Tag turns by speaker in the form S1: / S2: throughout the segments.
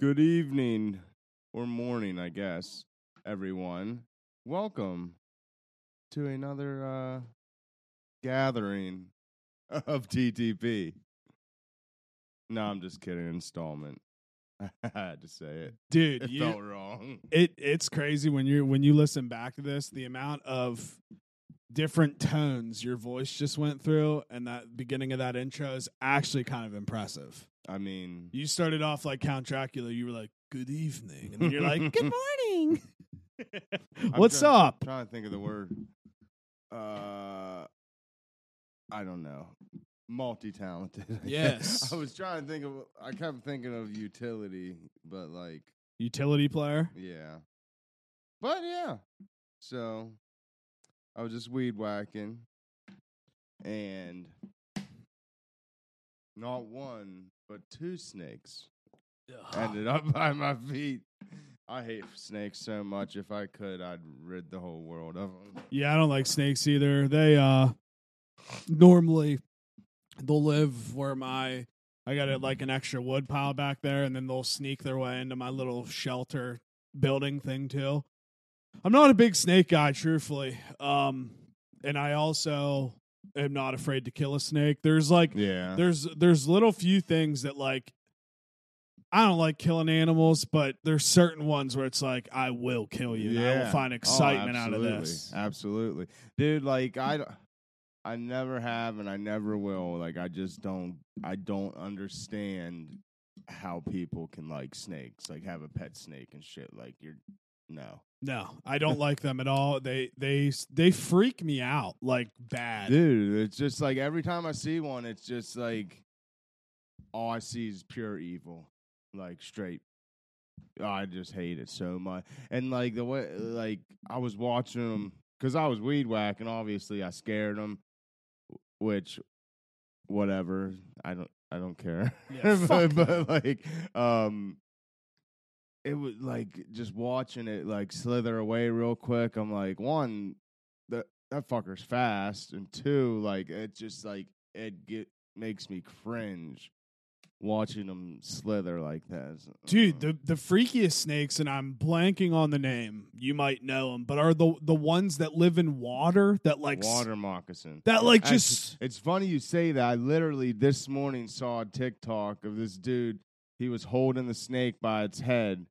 S1: Good evening or morning, I guess, everyone. Welcome to another uh, gathering of TTP. No, I'm just kidding. Installment. I had to say it.
S2: dude
S1: It
S2: you,
S1: felt wrong.
S2: it it's crazy when you when you listen back to this the amount of different tones your voice just went through and that beginning of that intro is actually kind of impressive
S1: I mean,
S2: you started off like count dracula you were like good evening and then you're like good morning what's
S1: trying-
S2: up
S1: trying to think of the word. Uh, I don't know. Multi-talented. I guess.
S2: Yes.
S1: I was trying to think of. I kept thinking of utility, but like,
S2: utility player
S1: yeah. But yeah. So, I was just weed whacking, and not one but two snakes ended up by my feet. I hate snakes so much. If I could, I'd rid the whole world of them.
S2: yeah i don't like snakes either they uh normally they'll live where my I got it like an extra wood pile back there, and then they'll sneak their way into my little shelter building thing too. I'm not a big snake guy, truthfully, um, and I also am not afraid to kill a snake. There's like
S1: Yeah.
S2: there's there's little few things that like I don't like killing animals, but there's certain ones where it's like I will kill you. And I will
S1: Yeah.
S2: find
S1: Oh,
S2: excitement out of
S1: absolutely.
S2: this.
S1: Absolutely, dude. Like I, d- I never have, and I never will. Like I just don't. I don't understand how people can like snakes, like have a pet snake and shit. Like you're no,
S2: No, I don't like them at all. They they they freak me out like bad.
S1: dude. It's just like every time I see one, it's just like all I see is pure evil, like straight. I just hate it so much. And like the way, like I was watching them because I was weed whacking. Obviously, I scared them, which, whatever. I don't, I don't care.
S2: Yeah, fuck
S1: but, but like, um, it was like just watching it like slither away real quick. I'm like, one, that that fucker's fast, and two, like it just like it get makes me cringe watching them slither like that. uh.
S2: Dude, the the freakiest snakes, and I'm blanking on the name. You might know them, but are the the ones that live in water that like s-
S1: water moccasin.
S2: that like
S1: Actually,
S2: just
S1: It's funny you say that. I literally this morning saw a TikTok of this dude. He was holding the snake by its head,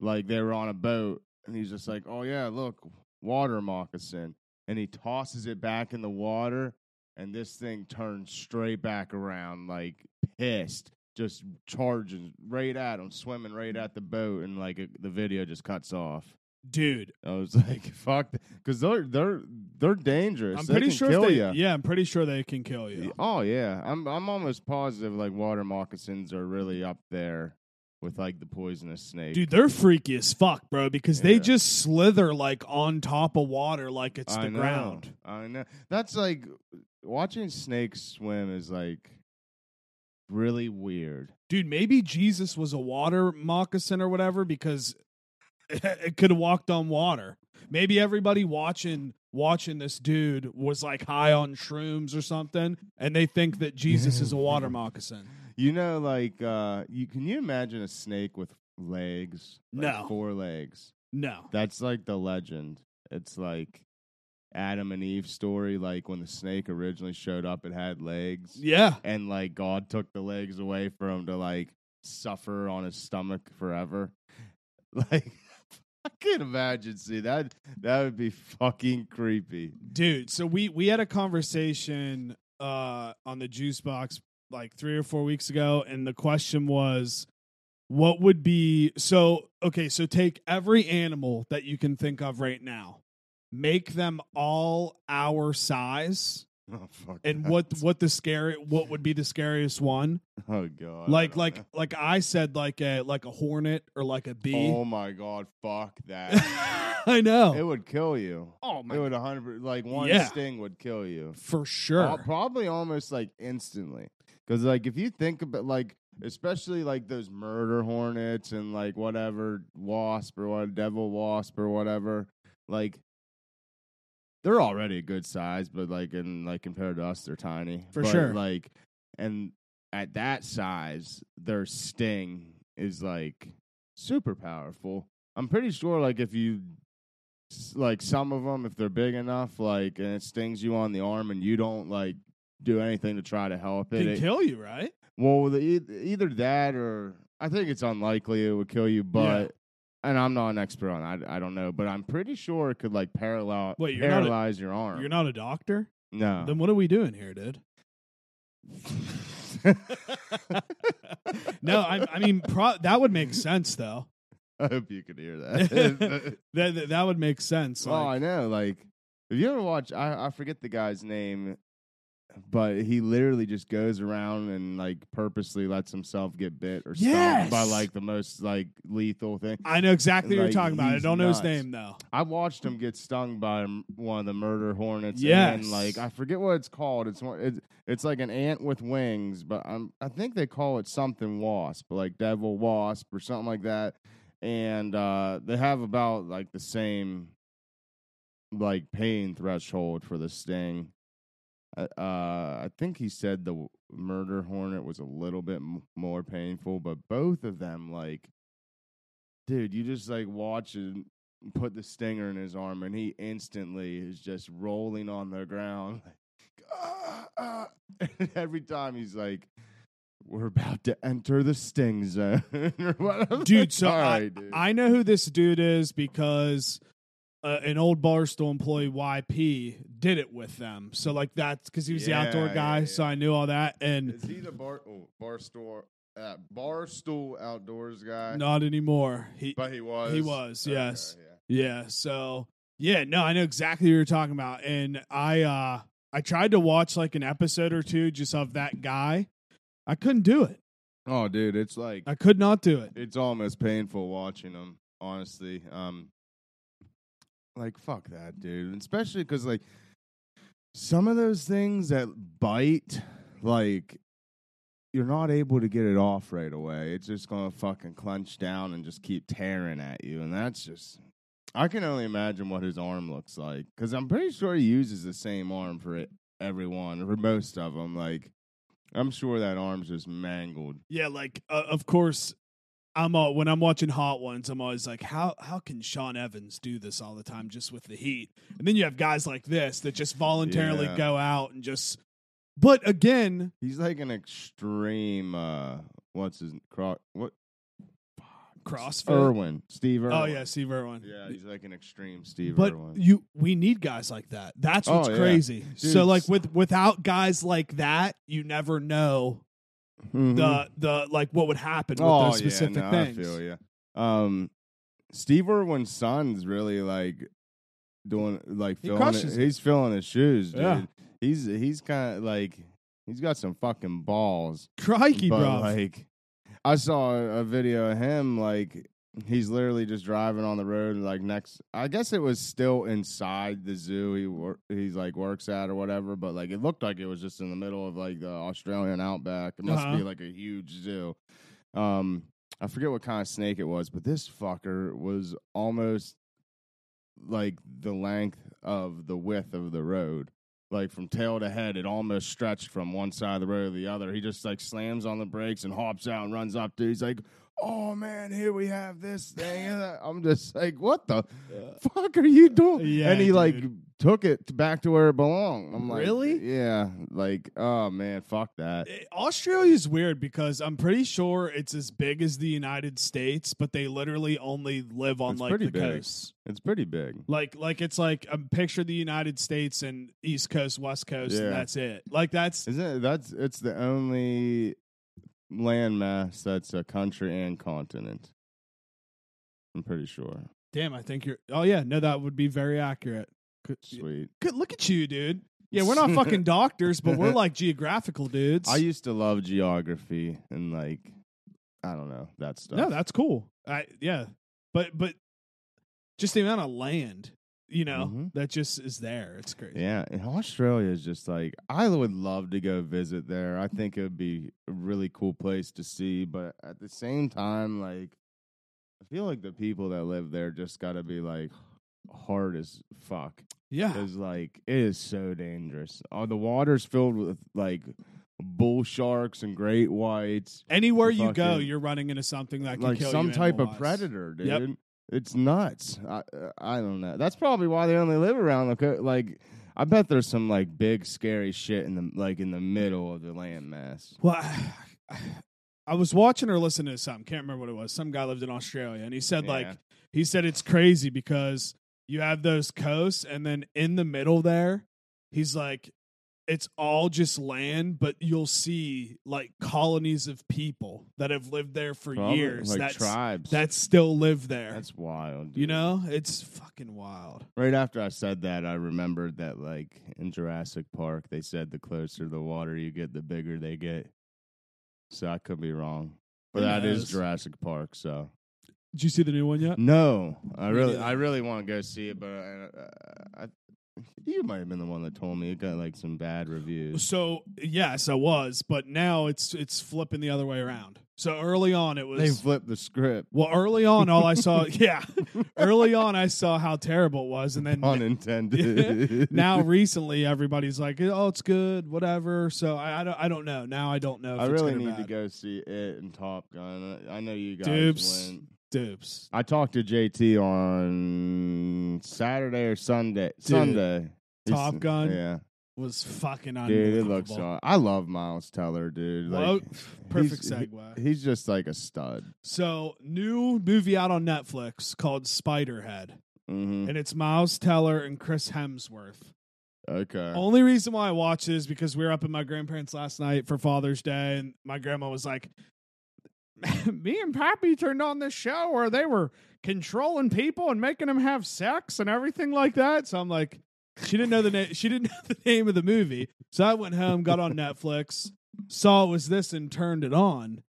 S1: like they were on a boat, and he's just like, "Oh yeah, look, water moccasin," and he tosses it back in the water, and this thing turns straight back around, like pissed, just charging right at him, swimming right at the boat, and like it, the video just cuts off.
S2: dude.
S1: I was like, "Fuck," because they're they're they're dangerous.
S2: I'm
S1: They
S2: pretty
S1: can
S2: sure if
S1: kill
S2: they,
S1: ya.
S2: yeah, I'm pretty sure they can kill you.
S1: Oh yeah, I'm I'm almost positive like water moccasins are really up there with like the poisonous snake.
S2: Dude, they're freaky as fuck, bro, because they
S1: Yeah.
S2: just slither like on top of water like it's
S1: I
S2: the
S1: know,
S2: ground.
S1: I know. That's like watching snakes swim is like really weird.
S2: Dude, maybe Jesus was a water moccasin or whatever because it could have walked on water. Maybe everybody watching watching this dude was like high on shrooms or something, and they think that Jesus is a water moccasin.
S1: You know, like uh you can you imagine a snake with legs? Like,
S2: No.
S1: four legs.
S2: No.
S1: That's like the legend. It's like Adam and Eve story. Like when the snake originally showed up, it had legs.
S2: Yeah.
S1: and like God took the legs away for him to like suffer on his stomach forever. Like I could imagine see that that would be fucking creepy.
S2: Dude, so we we had a conversation uh on the juice box like 3 or 4 weeks ago and the question was what would be so okay, so take every animal that you can think of right now. Make them all our size
S1: Oh fuck.
S2: and
S1: that.
S2: what what the scary what would be the scariest one?
S1: Oh god. I
S2: Like
S1: don't
S2: like
S1: know.
S2: like I said like a like a hornet or like a bee.
S1: Oh my god, fuck that.
S2: I
S1: it
S2: know.
S1: would kill you.
S2: Oh
S1: It would 100 like one
S2: Yeah.
S1: sting would kill you.
S2: for
S1: Al-
S2: sure.
S1: probably almost like instantly. Because like if you think about like especially like those murder hornets and like whatever wasp or what devil wasp or whatever, like they're already a good size, but like in like compared to us, they're tiny
S2: For
S1: But,
S2: sure.
S1: Like and at that size, their sting is like super powerful. I'm pretty sure, like, if you, s- like, some of them, if they're big enough, like, and it stings you on the arm and you don't, like, do anything to try to help it,
S2: Can
S1: it
S2: kill you, right?
S1: well, the, eith- either that or I think it's unlikely it would kill you, but.
S2: Yeah.
S1: And I'm not an expert on. it, I I don't know, but I'm pretty sure it could like paralyze
S2: Wait, you're not a-
S1: paralyze your arm.
S2: You're not a doctor.
S1: no.
S2: Then what are we doing here, dude? No, I, I mean pro- that would make sense though.
S1: I hope you could hear that.
S2: That that, that would make sense.
S1: oh, I
S2: Like,
S1: know. Like, if you ever watch, I, I forget the guy's name, but he literally just goes around and like purposely lets himself get bit or stung by
S2: Yes!
S1: like the most like lethal thing.
S2: I know exactly what
S1: Like,
S2: you're talking about. I
S1: he's
S2: don't know his
S1: nuts.
S2: name though.
S1: I watched him get stung by m- one of the murder hornets. And
S2: Yes.
S1: then, like I forget what it's called. It's one. It's, it's like an ant with wings, but I'm, I think they call it something wasp, like devil wasp or something like that. And uh, they have about like the same like pain threshold for the sting. Uh, uh, I think he said the w- murder hornet was a little bit m- more painful, but both of them, like, dude, you just like watch and put the stinger in his arm, and he instantly is just rolling on the ground. Like, "Ah, ah." And every time he's like, "We're about to enter the sting zone," or whatever.
S2: Dude, so
S1: All
S2: I-
S1: right, dude.
S2: I know who this dude is because uh, an old Barstool employee, YP, did it with them. So like that's because he was
S1: Yeah,
S2: the outdoor
S1: yeah,
S2: guy.
S1: yeah.
S2: So I knew all that. And
S1: Is he the bar oh, bar store uh, bar stool outdoors guy?
S2: not anymore. He
S1: but he was.
S2: he was,
S1: Okay,
S2: yes.
S1: yeah.
S2: yeah. So yeah, no, I know exactly what you're talking about. And I uh I tried to watch like an episode or two just of that guy. I couldn't do it.
S1: Oh, dude, it's like
S2: I could not do it.
S1: it's almost painful watching him. Honestly, um, like fuck that, dude. And Especially because like some of those things that bite, like you're not able to get it off right away. It's just gonna fucking clench down and just keep tearing at you, and that's just. I can only imagine what his arm looks like because I'm pretty sure he uses the same arm for it, everyone or most of them. Like, I'm sure that arm's just mangled.
S2: Yeah, like uh, of course. I'm all, when I'm watching Hot Ones, I'm always like, how how can Sean Evans do this all the time just with the heat? And then you have guys like this that just voluntarily
S1: Yeah.
S2: go out and just. But again,
S1: He's like an extreme. uh What's his croc? What?
S2: CrossFit.
S1: Irwin. Steve Irwin.
S2: Er, Oh yeah, Steve Irwin.
S1: Yeah, he's like an extreme Steve
S2: but
S1: Irwin.
S2: you, uh, we need guys like that. That's what's
S1: Oh, yeah.
S2: crazy. so
S1: Dude,
S2: like
S1: s-
S2: with without guys like that, you never know
S1: Mhm.
S2: the the like what would happen with
S1: oh
S2: those specific
S1: yeah, no,
S2: things.
S1: I feel you. Um, Steve Irwin's son's really like doing like
S2: He
S1: filling.
S2: crushes
S1: it-
S2: it.
S1: He's filling his shoes, dude.
S2: Yeah.
S1: He's he's kind of like he's got some fucking balls.
S2: Crikey,
S1: but
S2: bro.
S1: like I saw a a video of him like he's literally just driving on the road like next I guess it was still inside the zoo he wor- he's like works at or whatever but like it looked like it was just in the middle of like the Australian outback it must
S2: Uh-huh.
S1: be like a huge zoo um I forget what kind of snake it was but this fucker was almost like the length of the width of the road like from tail to head, it almost stretched from one side of the road to the other. He just like slams on the brakes and hops out and runs up to. He's like, "Oh man, here we have this thing." And I- I'm just like, "What the fuck are you doing?"
S2: Yeah,
S1: and he like
S2: dude.
S1: took it back to where it belonged. I'm like,
S2: Really?
S1: Yeah. Like, oh man, fuck that.
S2: It- Eh, Australia's weird because I'm pretty sure it's as big as the United States, but they literally only live on
S1: It's
S2: like
S1: pretty
S2: the
S1: big.
S2: coast.
S1: It's pretty big.
S2: Like like it's like um, picture the United States and East Coast, West Coast,
S1: Yeah.
S2: and that's it. Like that's
S1: Isn't it, that's it's the only landmass that's a country and continent. I'm pretty sure.
S2: damn. I think you're. Oh yeah, no, that would be very accurate. Good,
S1: Sweet.
S2: good look at you, dude. Yeah, we're not fucking doctors, but we're like geographical dudes.
S1: I used to love geography and like I don't know that stuff.
S2: no, that's cool. I yeah, but but just the amount of land, you know,
S1: Mhm.
S2: that just is there. It's crazy.
S1: yeah. And Australia is just like I would love to go visit there. I think it would be a really cool place to see, but at the same time, like I feel like the people that live there just got to be like hard as fuck
S2: yeah.
S1: Uh, because like it is so dangerous. Oh, the water's filled with like bull sharks and great whites,
S2: Anywhere you
S1: Fucking-
S2: go, you're running into something that can
S1: like
S2: kill
S1: some
S2: you
S1: type of
S2: animal-wise.
S1: predator, dude.
S2: Yep.
S1: It's nuts. I I don't know. That's probably why they only live around the co- like. I bet there's some like big scary shit in the like in the middle of the landmass.
S2: Well, I, I was watching or listening to something. Can't remember what it was. Some guy lived in Australia, and he said like
S1: Yeah.
S2: he said it's crazy because you have those coasts, and then in the middle there, he's like, it's all just land, but you'll see like colonies of people that have lived there for
S1: Probably,
S2: years
S1: like
S2: that's,
S1: tribes.
S2: that still live there.
S1: that's wild.
S2: you
S1: dude.
S2: know, it's fucking wild.
S1: Right after I said that, I remembered that like in Jurassic Park, they said the closer the water you get, the bigger they get. So I could be wrong, but
S2: Who
S1: that is
S2: knows?
S1: Jurassic Park. So
S2: Did you see the new one yet?
S1: No, I
S2: Me
S1: really,
S2: neither.
S1: I really want to go see it, but I, I, I, you might have been the one that told me it got like some bad reviews.
S2: So yes, I was, but now it's it's flipping the other way around. So early on, it was
S1: They flipped the script,
S2: Well, early on, all I saw, yeah, early on, I saw how terrible it was, and then
S1: pun intended.
S2: now recently, everybody's like, "Oh, it's good, whatever." So I, I don't, I don't know. Now I don't know. If
S1: I
S2: it's
S1: really
S2: good or
S1: need to
S2: bad.
S1: go see it and Top Gun. I I know you guys
S2: Dupes.
S1: went.
S2: Dupes.
S1: I talked to JT on Saturday or Sunday. Sunday. He's-
S2: Top Gun?
S1: Yeah,
S2: Was fucking
S1: dude,
S2: unbelievable.
S1: it looks. Hard. I love Miles Teller, dude. Like,
S2: Well, perfect
S1: he's- he-
S2: segue.
S1: He's just like a stud.
S2: So new movie out on Netflix called Spiderhead,
S1: hmm
S2: and it's Miles Teller and Chris Hemsworth.
S1: Okay.
S2: Only reason why I watch it is because we were up at my grandparents last night for Father's Day, and my grandma was like, "Me and Pappy turned on this show where they were controlling people and making them have sex and everything like that." So I'm like, she didn't know the name. She didn't know the name of the movie, so I went home, got on Netflix, saw it was this, and turned it on.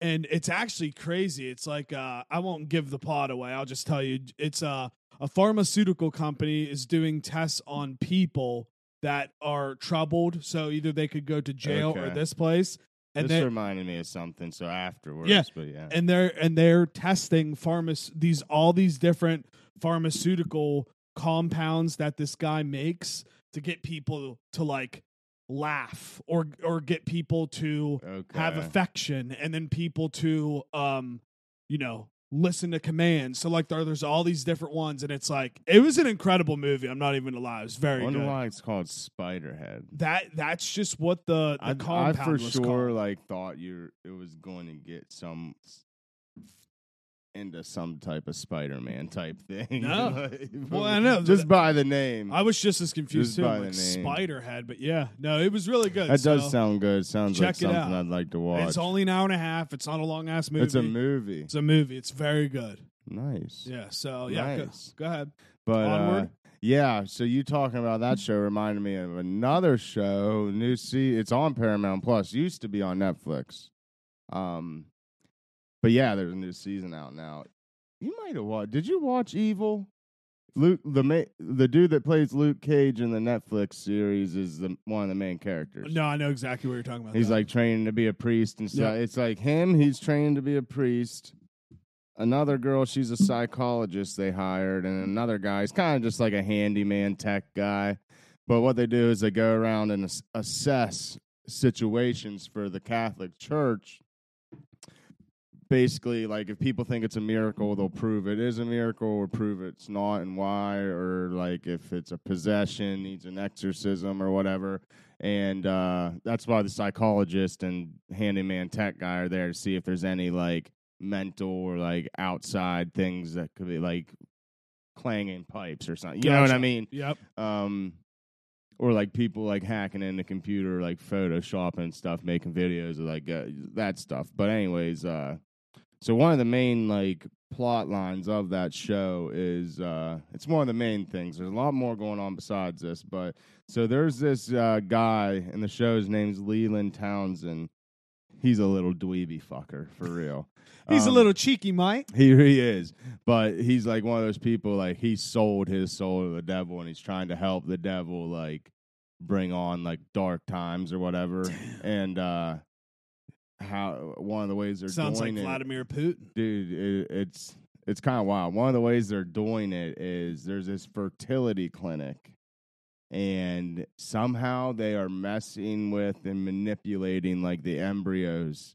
S2: And it's actually crazy. It's like uh, I won't give the plot away. I'll just tell you, it's uh, a pharmaceutical company is doing tests on people that are troubled. So either they could go to jail or
S1: Okay.
S2: this place, and
S1: this
S2: they
S1: reminded me of something. So afterwards,
S2: Yeah,
S1: but yeah,
S2: and they're and they're testing pharmac these all these different pharmaceutical compounds that this guy makes to get people to like laugh or or get people to
S1: okay.
S2: have affection and then people to um you know listen to commands so like there, there's all these different ones and it's like it was an incredible movie i'm not even gonna lie it was
S1: I
S2: very
S1: wonder
S2: good
S1: why it's called Spiderhead.
S2: that that's just what the, the
S1: I, I
S2: compound
S1: for
S2: was
S1: sure
S2: called.
S1: like thought you it was going to get some into some type of Spider-Man type thing.
S2: No.
S1: Like,
S2: Well, I know,
S1: just
S2: th-
S1: by the name.
S2: I was just as
S1: Just
S2: confused too.
S1: by
S2: I'm Like
S1: the name.
S2: spider head, but yeah, no, it was really good.
S1: that does
S2: So,
S1: sound good. Sounds like
S2: check it
S1: something
S2: out.
S1: I'd like to watch.
S2: It's only an hour and a half. It's not a long ass movie.
S1: It's a movie.
S2: It's a movie. It's very good.
S1: nice.
S2: Yeah. So yeah, go-
S1: Nice.
S2: go, ahead.
S1: But uh,
S2: Onward.
S1: yeah, so you talking about that show reminded me of another show, new see it's on Paramount Plus, used to be on Netflix. Um but yeah, there's a new season out now. You might have watched did you watch Evil? Luke the ma- the dude that plays Luke Cage in the Netflix series is the one of the main characters.
S2: No, I know exactly what you're talking about.
S1: He's
S2: though.
S1: like training to be a priest and stuff.
S2: Yeah.
S1: It's like him, he's training to be a priest. Another girl, she's a psychologist they hired, and another guy, he's kind of just like a handyman tech guy. But what they do is they go around and ass- assess situations for the Catholic Church. Basically, like if people think it's a miracle, they'll prove it is a miracle or prove it's not and why, or like if it's a possession, needs an exorcism or whatever. And uh, that's why the psychologist and handyman tech guy are there to see if there's any like mental or like outside things that could be like clanging pipes or something. You know what I
S2: Gotcha.
S1: mean?
S2: yep.
S1: um or like people like hacking into computer like photoshop and stuff making videos of like uh, that stuff but anyways uh so one of the main like plot lines of that show is uh it's one of the main things there's a lot more going on besides this but so there's this uh guy in the show his name's leland townsend he's a little dweeby fucker for real
S2: He's a
S1: Um,
S2: little cheeky, Mike.
S1: he he is, but he's like one of those people. Like he sold his soul to the devil, and he's trying to help the devil, like bring on like dark times or whatever. And uh how one of the ways they're
S2: Sounds like
S1: doing it,
S2: Vladimir Putin.
S1: dude, it, it's it's kind of wild. One of the ways they're doing it is there's this fertility clinic and somehow they are messing with and manipulating like the embryos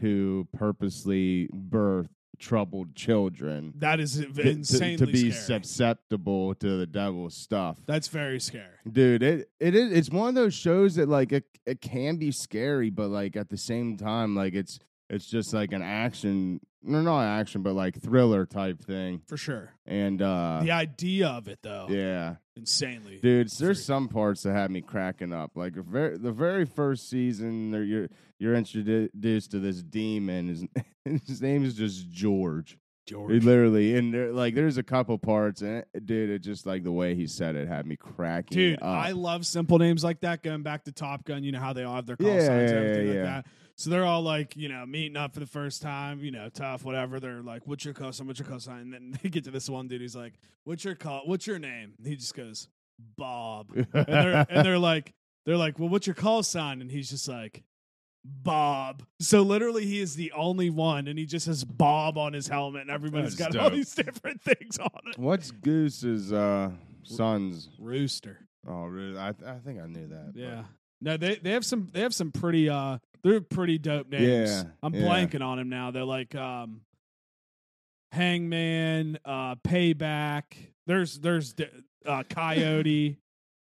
S1: to purposely birth troubled children
S2: That is
S1: to- to-
S2: insanely
S1: to, be
S2: scary.
S1: susceptible to the devil's stuff.
S2: That's very scary.
S1: Dude, it it is it's one of those shows that like it, it can be scary, but like at the same time, like it's it's just like an action no not action, but like thriller type thing.
S2: For sure.
S1: And uh
S2: the idea of it though.
S1: yeah.
S2: Insanely.
S1: Dude, s-
S2: Free.
S1: there's some parts that have me cracking up. Like the very, the very first season, there you're you're introduced to this demon. His, his name is just George.
S2: George.
S1: It literally, and there, like there's a couple parts, and it, dude, it just like the way he said it had me cracking.
S2: Dude,
S1: up.
S2: I love simple names like that. Going back to Top Gun, you know how they all have their call
S1: Yeah,
S2: signs and
S1: yeah,
S2: everything
S1: yeah.
S2: like that. So they're all like, you know, meeting up for the first time, you know, tough, whatever. They're like, what's your call sign? What's your call sign? And then they get to this one dude who's like, what's your call? What's your name? And he just goes, Bob. And they're, and they're like, they're like, well, what's your call sign? And he's just like, Bob. So literally, he is the only one, and he just has Bob on his helmet, and everybody's
S1: That's
S2: got all
S1: dope.
S2: these different things on it.
S1: What's Goose's uh, sons?
S2: Rooster.
S1: Oh, really? I th- I think I knew that. but-
S2: Yeah. No, they they have some they have some pretty uh they're pretty dope names.
S1: Yeah,
S2: I'm
S1: yeah.
S2: blanking on them now. They're like um Hangman, uh Payback. There's there's d- uh Coyote,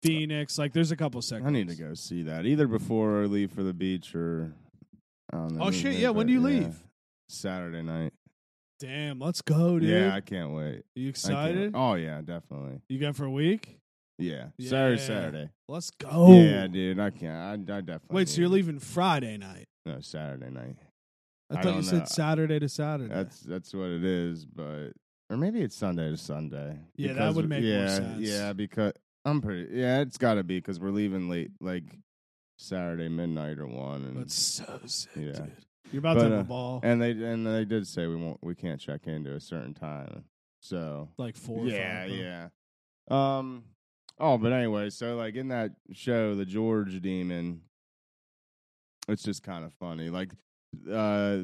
S2: Phoenix. Like there's a couple seconds.
S1: I need to go see that either before I leave for the beach or. I don't know,
S2: Oh, shit,
S1: maybe,
S2: yeah, when
S1: but,
S2: do you
S1: yeah.
S2: leave?
S1: Saturday night.
S2: Damn, let's go, dude.
S1: Yeah, I can't wait. I can't
S2: you
S1: wait.
S2: excited?
S1: Oh yeah, definitely.
S2: You going for a week?
S1: Yeah,
S2: Yeah.
S1: Saturday, Saturday.
S2: Let's go.
S1: Yeah, dude, I can't. I, I definitely.
S2: Wait, so you're
S1: need-
S2: leaving Friday night?
S1: No, Saturday night.
S2: I,
S1: I
S2: thought you
S1: don't know.
S2: said Saturday to Saturday.
S1: That's that's what it is, but or maybe it's Sunday to Sunday.
S2: Yeah, that
S1: because
S2: would
S1: we-
S2: make more
S1: yeah,
S2: sense.
S1: Yeah, because I'm pretty. Yeah, it's got to be because we're leaving late, like Saturday midnight or one. And,
S2: That's so sick,
S1: Yeah.
S2: dude. You're about
S1: But,
S2: to have
S1: uh,
S2: a ball
S1: and they and they did say we won't we can't check into a certain time. So
S2: like four. or
S1: yeah,
S2: five, huh?
S1: yeah. Um. Oh, but anyway, so like in that show, the George Demon, it's just kind of funny. Like, uh,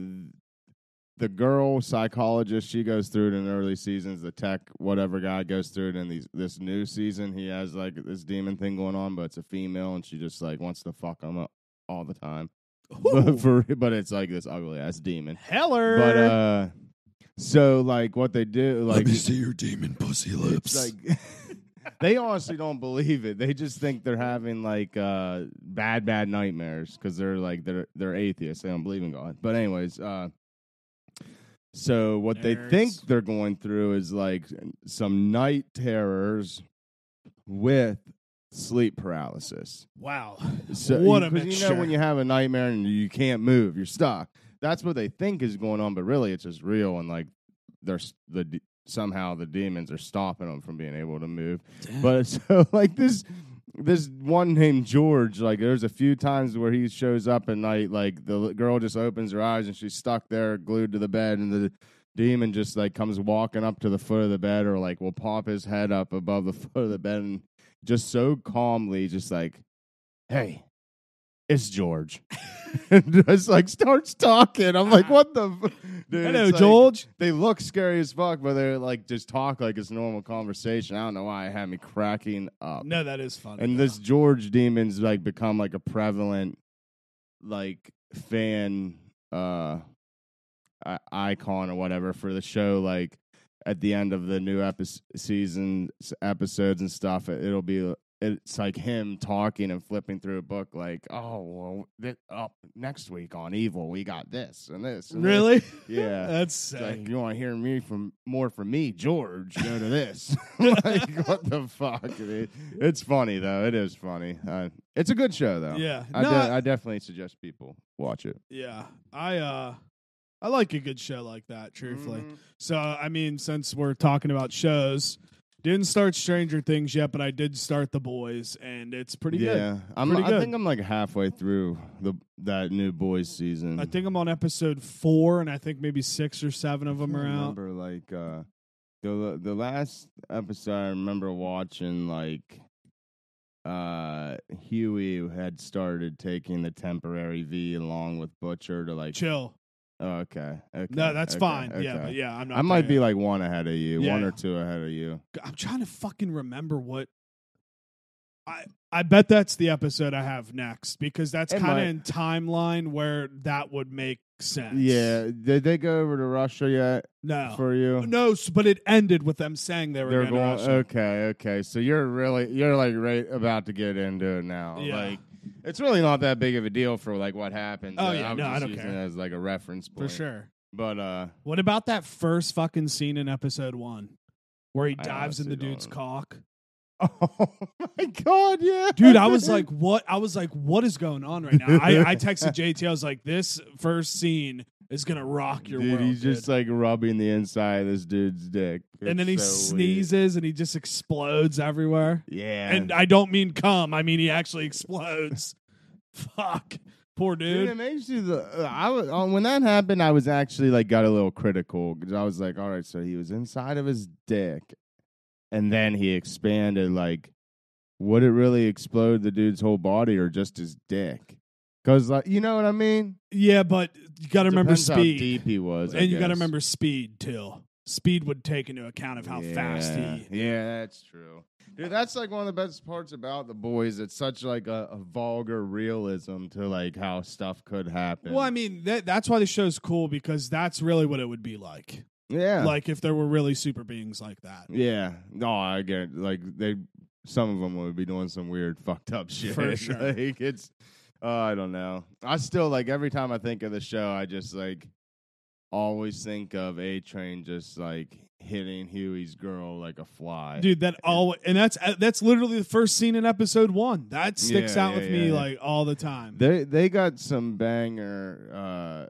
S1: the girl psychologist, she goes through it in early seasons. The tech whatever guy goes through it in these this new season. He has like this demon thing going on, but it's a female, and she just like wants to fuck him up all the time.
S2: Ooh.
S1: But for but it's like this ugly ass demon.
S2: Heller.
S1: But uh, so like what they do, like
S2: see your demon pussy lips.
S1: it's like they honestly don't believe it. They just think they're having like uh bad bad nightmares because they're like they're they're atheists. They don't believe in God. But anyways, uh so what they think
S2: Nerds.
S1: they're going through is like some night terrors with sleep paralysis.
S2: wow.
S1: So,
S2: what a
S1: 'cause
S2: mixture.
S1: You know when you have a nightmare and you can't move, you're stuck. That's what they think is going on, but really it's just real and like there's the d- somehow the demons are stopping them from being able to move. But so like this this one named George, like there's a few times where he shows up at night, like the l- girl just opens her eyes and she's stuck there, glued to the bed, and the demon just like comes walking up to the foot of the bed, or like will pop his head up above the foot of the bed, and just so calmly, just like, hey. It's George, and just like starts talking. I'm like, what the, f-? dude?
S2: Hello,
S1: it's like-
S2: George.
S1: they look scary as fuck, but they like just talk like it's normal conversation. I don't know why it had me cracking up.
S2: No, that is funny.
S1: and
S2: though.
S1: this George demon's like become like a prevalent like fan uh i- icon or whatever for the show. Like at the end of the new epi- season s- episodes and stuff, it, it'll be. It's like him talking and flipping through a book, like, "Oh, well, th- oh, next week on Evil, we got this and this." And this."
S2: really?
S1: Yeah.
S2: That's
S1: It's
S2: sick.
S1: like you want to hear me from more from me, George. Go to this. like what the fuck? dude? It's funny though. It is funny. Uh, it's a good show though.
S2: yeah.
S1: I,
S2: no,
S1: de-
S2: I-
S1: I definitely suggest people watch it.
S2: yeah. I uh, I like a good show like that. Truthfully. So I mean, since we're talking about shows, didn't start Stranger Things yet, but I did start The Boys, and it's pretty
S1: yeah, I'm,
S2: Pretty
S1: I
S2: good.
S1: think I'm like halfway through the that new boys season.
S2: good. I think I'm on episode four, and I think maybe six or seven of them
S1: I
S2: are out.
S1: remember like uh, the the last episode I remember watching like uh Huey had started taking the temporary V along with Butcher to like
S2: Chill.
S1: Oh, okay. okay.
S2: No, that's
S1: okay,
S2: fine. Yeah,
S1: okay.
S2: but yeah, I'm not.
S1: I might
S2: there
S1: be like one ahead of you, one
S2: Yeah.
S1: or two ahead of you.
S2: yet. I'm trying to fucking remember what. I bet that's the episode I have next because that's
S1: It
S2: kind
S1: might.
S2: of in timeline where that would make sense.
S1: Yeah. Did they go over to Russia yet
S2: No.
S1: for you?
S2: no, s- but it ended with them saying they were
S1: They're
S2: gonna
S1: going.
S2: rush it.
S1: Okay. Okay. So you're really you're like right about to get into it now.
S2: Yeah.
S1: oh, Like it's really not that big of a deal for like what happened.
S2: Oh,
S1: Uh,
S2: yeah,
S1: I was
S2: no, I
S1: just
S2: don't
S1: using
S2: care.
S1: it as like a reference
S2: for
S1: point
S2: sure.
S1: But uh,
S2: What about that first fucking scene in episode one where he
S1: I
S2: dives in
S1: honestly
S2: the dude's
S1: don't.
S2: cock?
S1: oh my god, yeah,
S2: Dude, I was like, what? I was like, what is going on right now? I, I texted JT. I was like, this first scene is gonna rock your
S1: dude,
S2: world.
S1: he's just
S2: dude.
S1: like rubbing the inside of this dude's dick,
S2: and then he
S1: It's so weird.
S2: sneezes and he just explodes everywhere.
S1: Yeah,
S2: And I don't mean cum. I mean he actually explodes. Fuck, poor
S1: Dude,
S2: dude.
S1: it makes you the. uh, I was uh, when that happened. I was actually like got a little critical because I was like, all right, so he was inside of his dick, and then he expanded. Like, would it really explode the dude's whole body or just his dick? Because like, you know what I mean.
S2: Yeah, but you got to remember
S1: Depends How
S2: speed,
S1: deep he was, I
S2: and you got to
S1: guess.
S2: remember speed too. Speed would take into account of how fast
S1: Yeah.
S2: he.
S1: Yeah, that's true. Dude, that's like one of the best parts about the boys. It's such like a, a vulgar realism to like how stuff could happen.
S2: Well, I mean that, that's why the show's cool because that's really what it would be like.
S1: yeah,
S2: Like if there were really super beings like that.
S1: Yeah. No, I get it. like they some of them would be doing some weird fucked up shit.
S2: For sure.
S1: like it's uh, I don't know. I still like every time I think of the show, I just like always think of A Train just like hitting Huey's girl like a fly.
S2: Dude, that all and that's uh, that's literally the first scene in episode one. That sticks
S1: Yeah,
S2: out
S1: yeah,
S2: with me
S1: yeah, yeah.
S2: like all the time.
S1: They they got some banger uh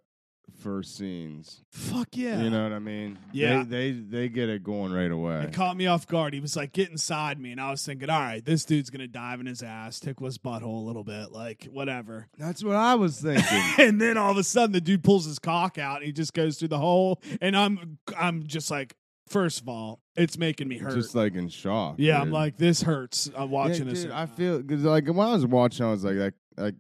S1: first scenes.
S2: Fuck yeah,
S1: You know what I mean?
S2: Yeah.
S1: They they, they get it going right away.
S2: It caught me off guard. He was like, get inside me. And I was thinking, all right, this dude's going to dive in his ass, tickle his butthole a little bit, like, whatever.
S1: That's what I was thinking.
S2: and then all of a sudden, the dude pulls his cock out and he just goes through the hole. And I'm, I'm just like, first of all, it's making me hurt.
S1: just like in shock.
S2: yeah, I'm
S1: dude.
S2: like, this hurts. I'm
S1: Yeah,
S2: watching this.
S1: dude, I feel because like when I was watching, I was like, I, I,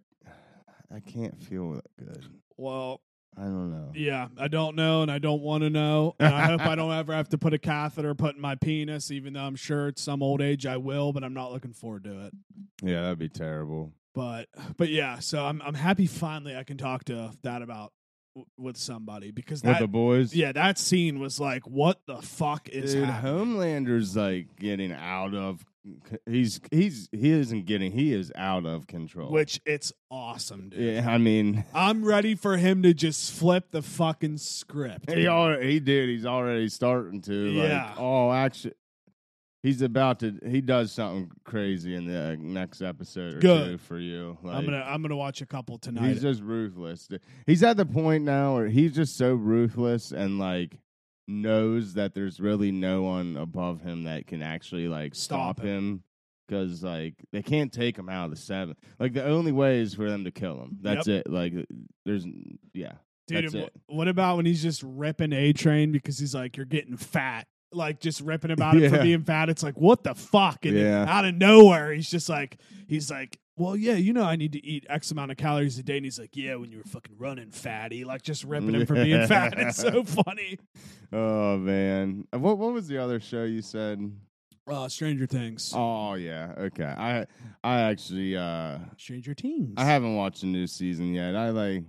S1: I can't feel that good.
S2: well,
S1: I don't know.
S2: yeah, I don't know and I don't want to know. And I hope I don't ever have to put a catheter put in my penis, even though I'm sure at some old age I will, but I'm not looking forward to it.
S1: Yeah, that'd be terrible.
S2: but but yeah so i'm i'm happy finally i can talk to that about w- with somebody because
S1: With
S2: that
S1: the boys,
S2: yeah that scene was like what the fuck is
S1: dude.
S2: happening?
S1: Homelander's like getting out of. He's he's he isn't getting. He is out of control.
S2: which it's awesome dude
S1: yeah, I mean,
S2: i'm ready for him to just flip the fucking script
S1: he already he did. He's already starting to.
S2: Yeah.
S1: Like, oh, actually. He's about to. He does something crazy in the uh, next episode or
S2: Good.
S1: two for you. Like,
S2: i'm gonna i'm gonna watch a couple tonight
S1: He's just ruthless. He's at the point now where he's just so ruthless and like knows that there's really no one above him that can actually like
S2: Stop
S1: stop,
S2: him.
S1: him because like they can't take him out of the seven. Like the only way is for them to kill him. That's it. Like uh, there's yeah.
S2: dude
S1: that's
S2: and
S1: it.
S2: wh- what about when he's just ripping a train because he's like you're getting fat like just ripping about it for
S1: Yeah.
S2: being fat it's like what the fuck and
S1: Yeah.
S2: out of nowhere he's just like he's like well yeah you know i need to eat x amount of calories a day and he's like yeah when you were fucking running fatty like just ripping him for being fat it's so funny
S1: Oh man. What what was the other show you said?
S2: uh stranger things
S1: Oh yeah. Okay. I I actually uh
S2: stranger things
S1: I haven't watched the new season yet. I like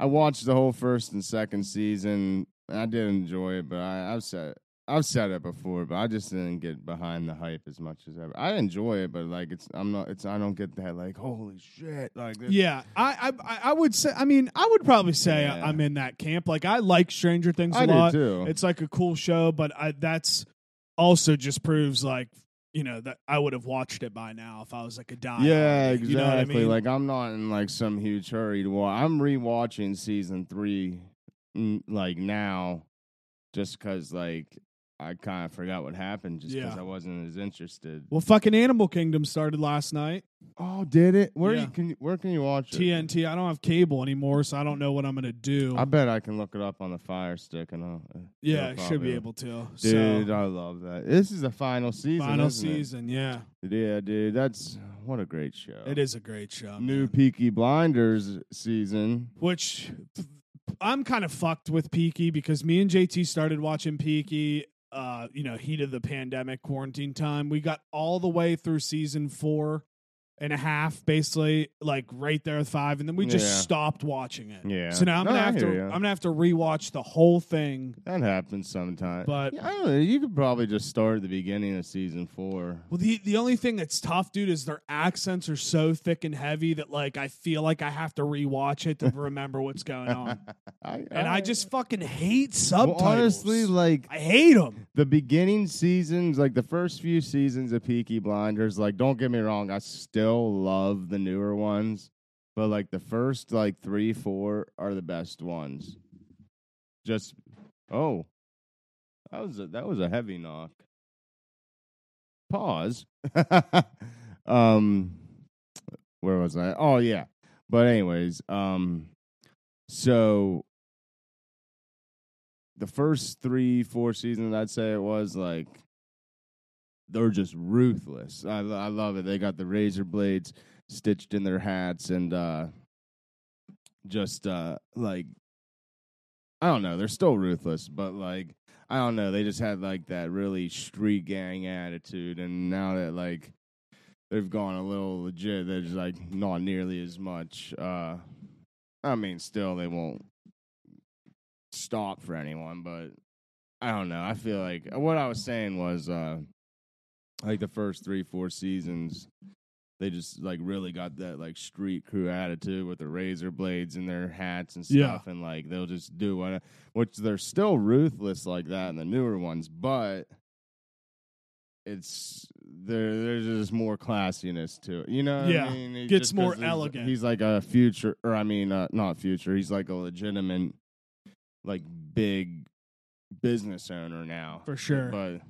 S1: I watched the whole first and second season. I did enjoy it, but I, I've said I've said it before, but I just didn't get behind the hype as much as ever. I enjoy it, but like it's I'm not it's I don't get that like holy shit like this.
S2: yeah, I, I I- I would say I mean I would probably say
S1: Yeah.
S2: I'm in that camp. Like I like Stranger Things a
S1: I
S2: lot.
S1: do too.
S2: it's like a cool show but I, that's also just proves like you know that i would have watched it by now if i was like a die
S1: yeah,
S2: hard,
S1: exactly.
S2: you know what I mean?
S1: Like I'm not in like some huge hurry to watch. I'm rewatching season three, n- like now, just because like I kind of forgot what happened, just because
S2: Yeah.
S1: I wasn't as interested.
S2: well fucking animal kingdom started last night
S1: Oh, did it? Where
S2: Yeah.
S1: you can you- where can you watch it?
S2: tnt i don't have cable anymore so i don't know what i'm gonna do
S1: I bet I can look it up on the Fire Stick and I'll, uh,
S2: yeah
S1: it'll
S2: should be
S1: probably-
S2: able to
S1: Dude,
S2: so
S1: I love that. This is the final season.
S2: final
S1: isn't it?
S2: season yeah
S1: Yeah, dude, that's what a great show.
S2: it is a great show
S1: New
S2: man.
S1: Peaky Blinders season.
S2: which I'm kind of fucked with Peaky because me and JT started watching Peaky uh, you know, heat of the pandemic quarantine time. We got all the way through season four and a half, basically, like right there at five, and then we just
S1: Yeah.
S2: stopped watching it.
S1: Yeah.
S2: So now I'm
S1: No,
S2: gonna
S1: I
S2: have to
S1: hear ya.
S2: I'm gonna have to rewatch the whole thing.
S1: That happens sometimes.
S2: But-
S1: yeah, I don't know, you could probably just start at the beginning of season four.
S2: Well, the the only thing that's tough, dude, is their accents are so thick and heavy that like I feel like I have to rewatch it to remember what's going on. And I just fucking hate
S1: well,
S2: subtitles.
S1: honestly like
S2: I hate them.
S1: the beginning seasons, like the first few seasons of Peaky Blinders, like don't get me wrong, I still love the newer ones, but like the first like three, four are the best ones. Just oh, that was a, that was a heavy knock. Pause. um, where was I? Oh yeah, but anyways, um, so the first three, four seasons, I'd say it was like they're just ruthless. I, lo- I love it. They got the razor blades stitched in their hats and uh, just uh, like I don't know. They're still ruthless, but like I don't know. They just had like that really street gang attitude, and now that like they've gone a little legit, they're just like not nearly as much. Uh, I mean, still they won't stop for anyone, but I don't know. I feel like what I was saying was uh like the first three, four seasons, they just like really got that like street crew attitude with the razor blades in their hats and
S2: Yeah.
S1: stuff, and like they'll just do what, which they're still ruthless like that in the newer ones, but it's there. There's just more classiness to it, you know. what I
S2: Yeah.
S1: mean? It-
S2: Gets
S1: just
S2: more
S1: 'cause he's-
S2: elegant.
S1: He's like a future, or I mean, uh, not future. He's like a legitimate, like big business owner now
S2: For sure.
S1: But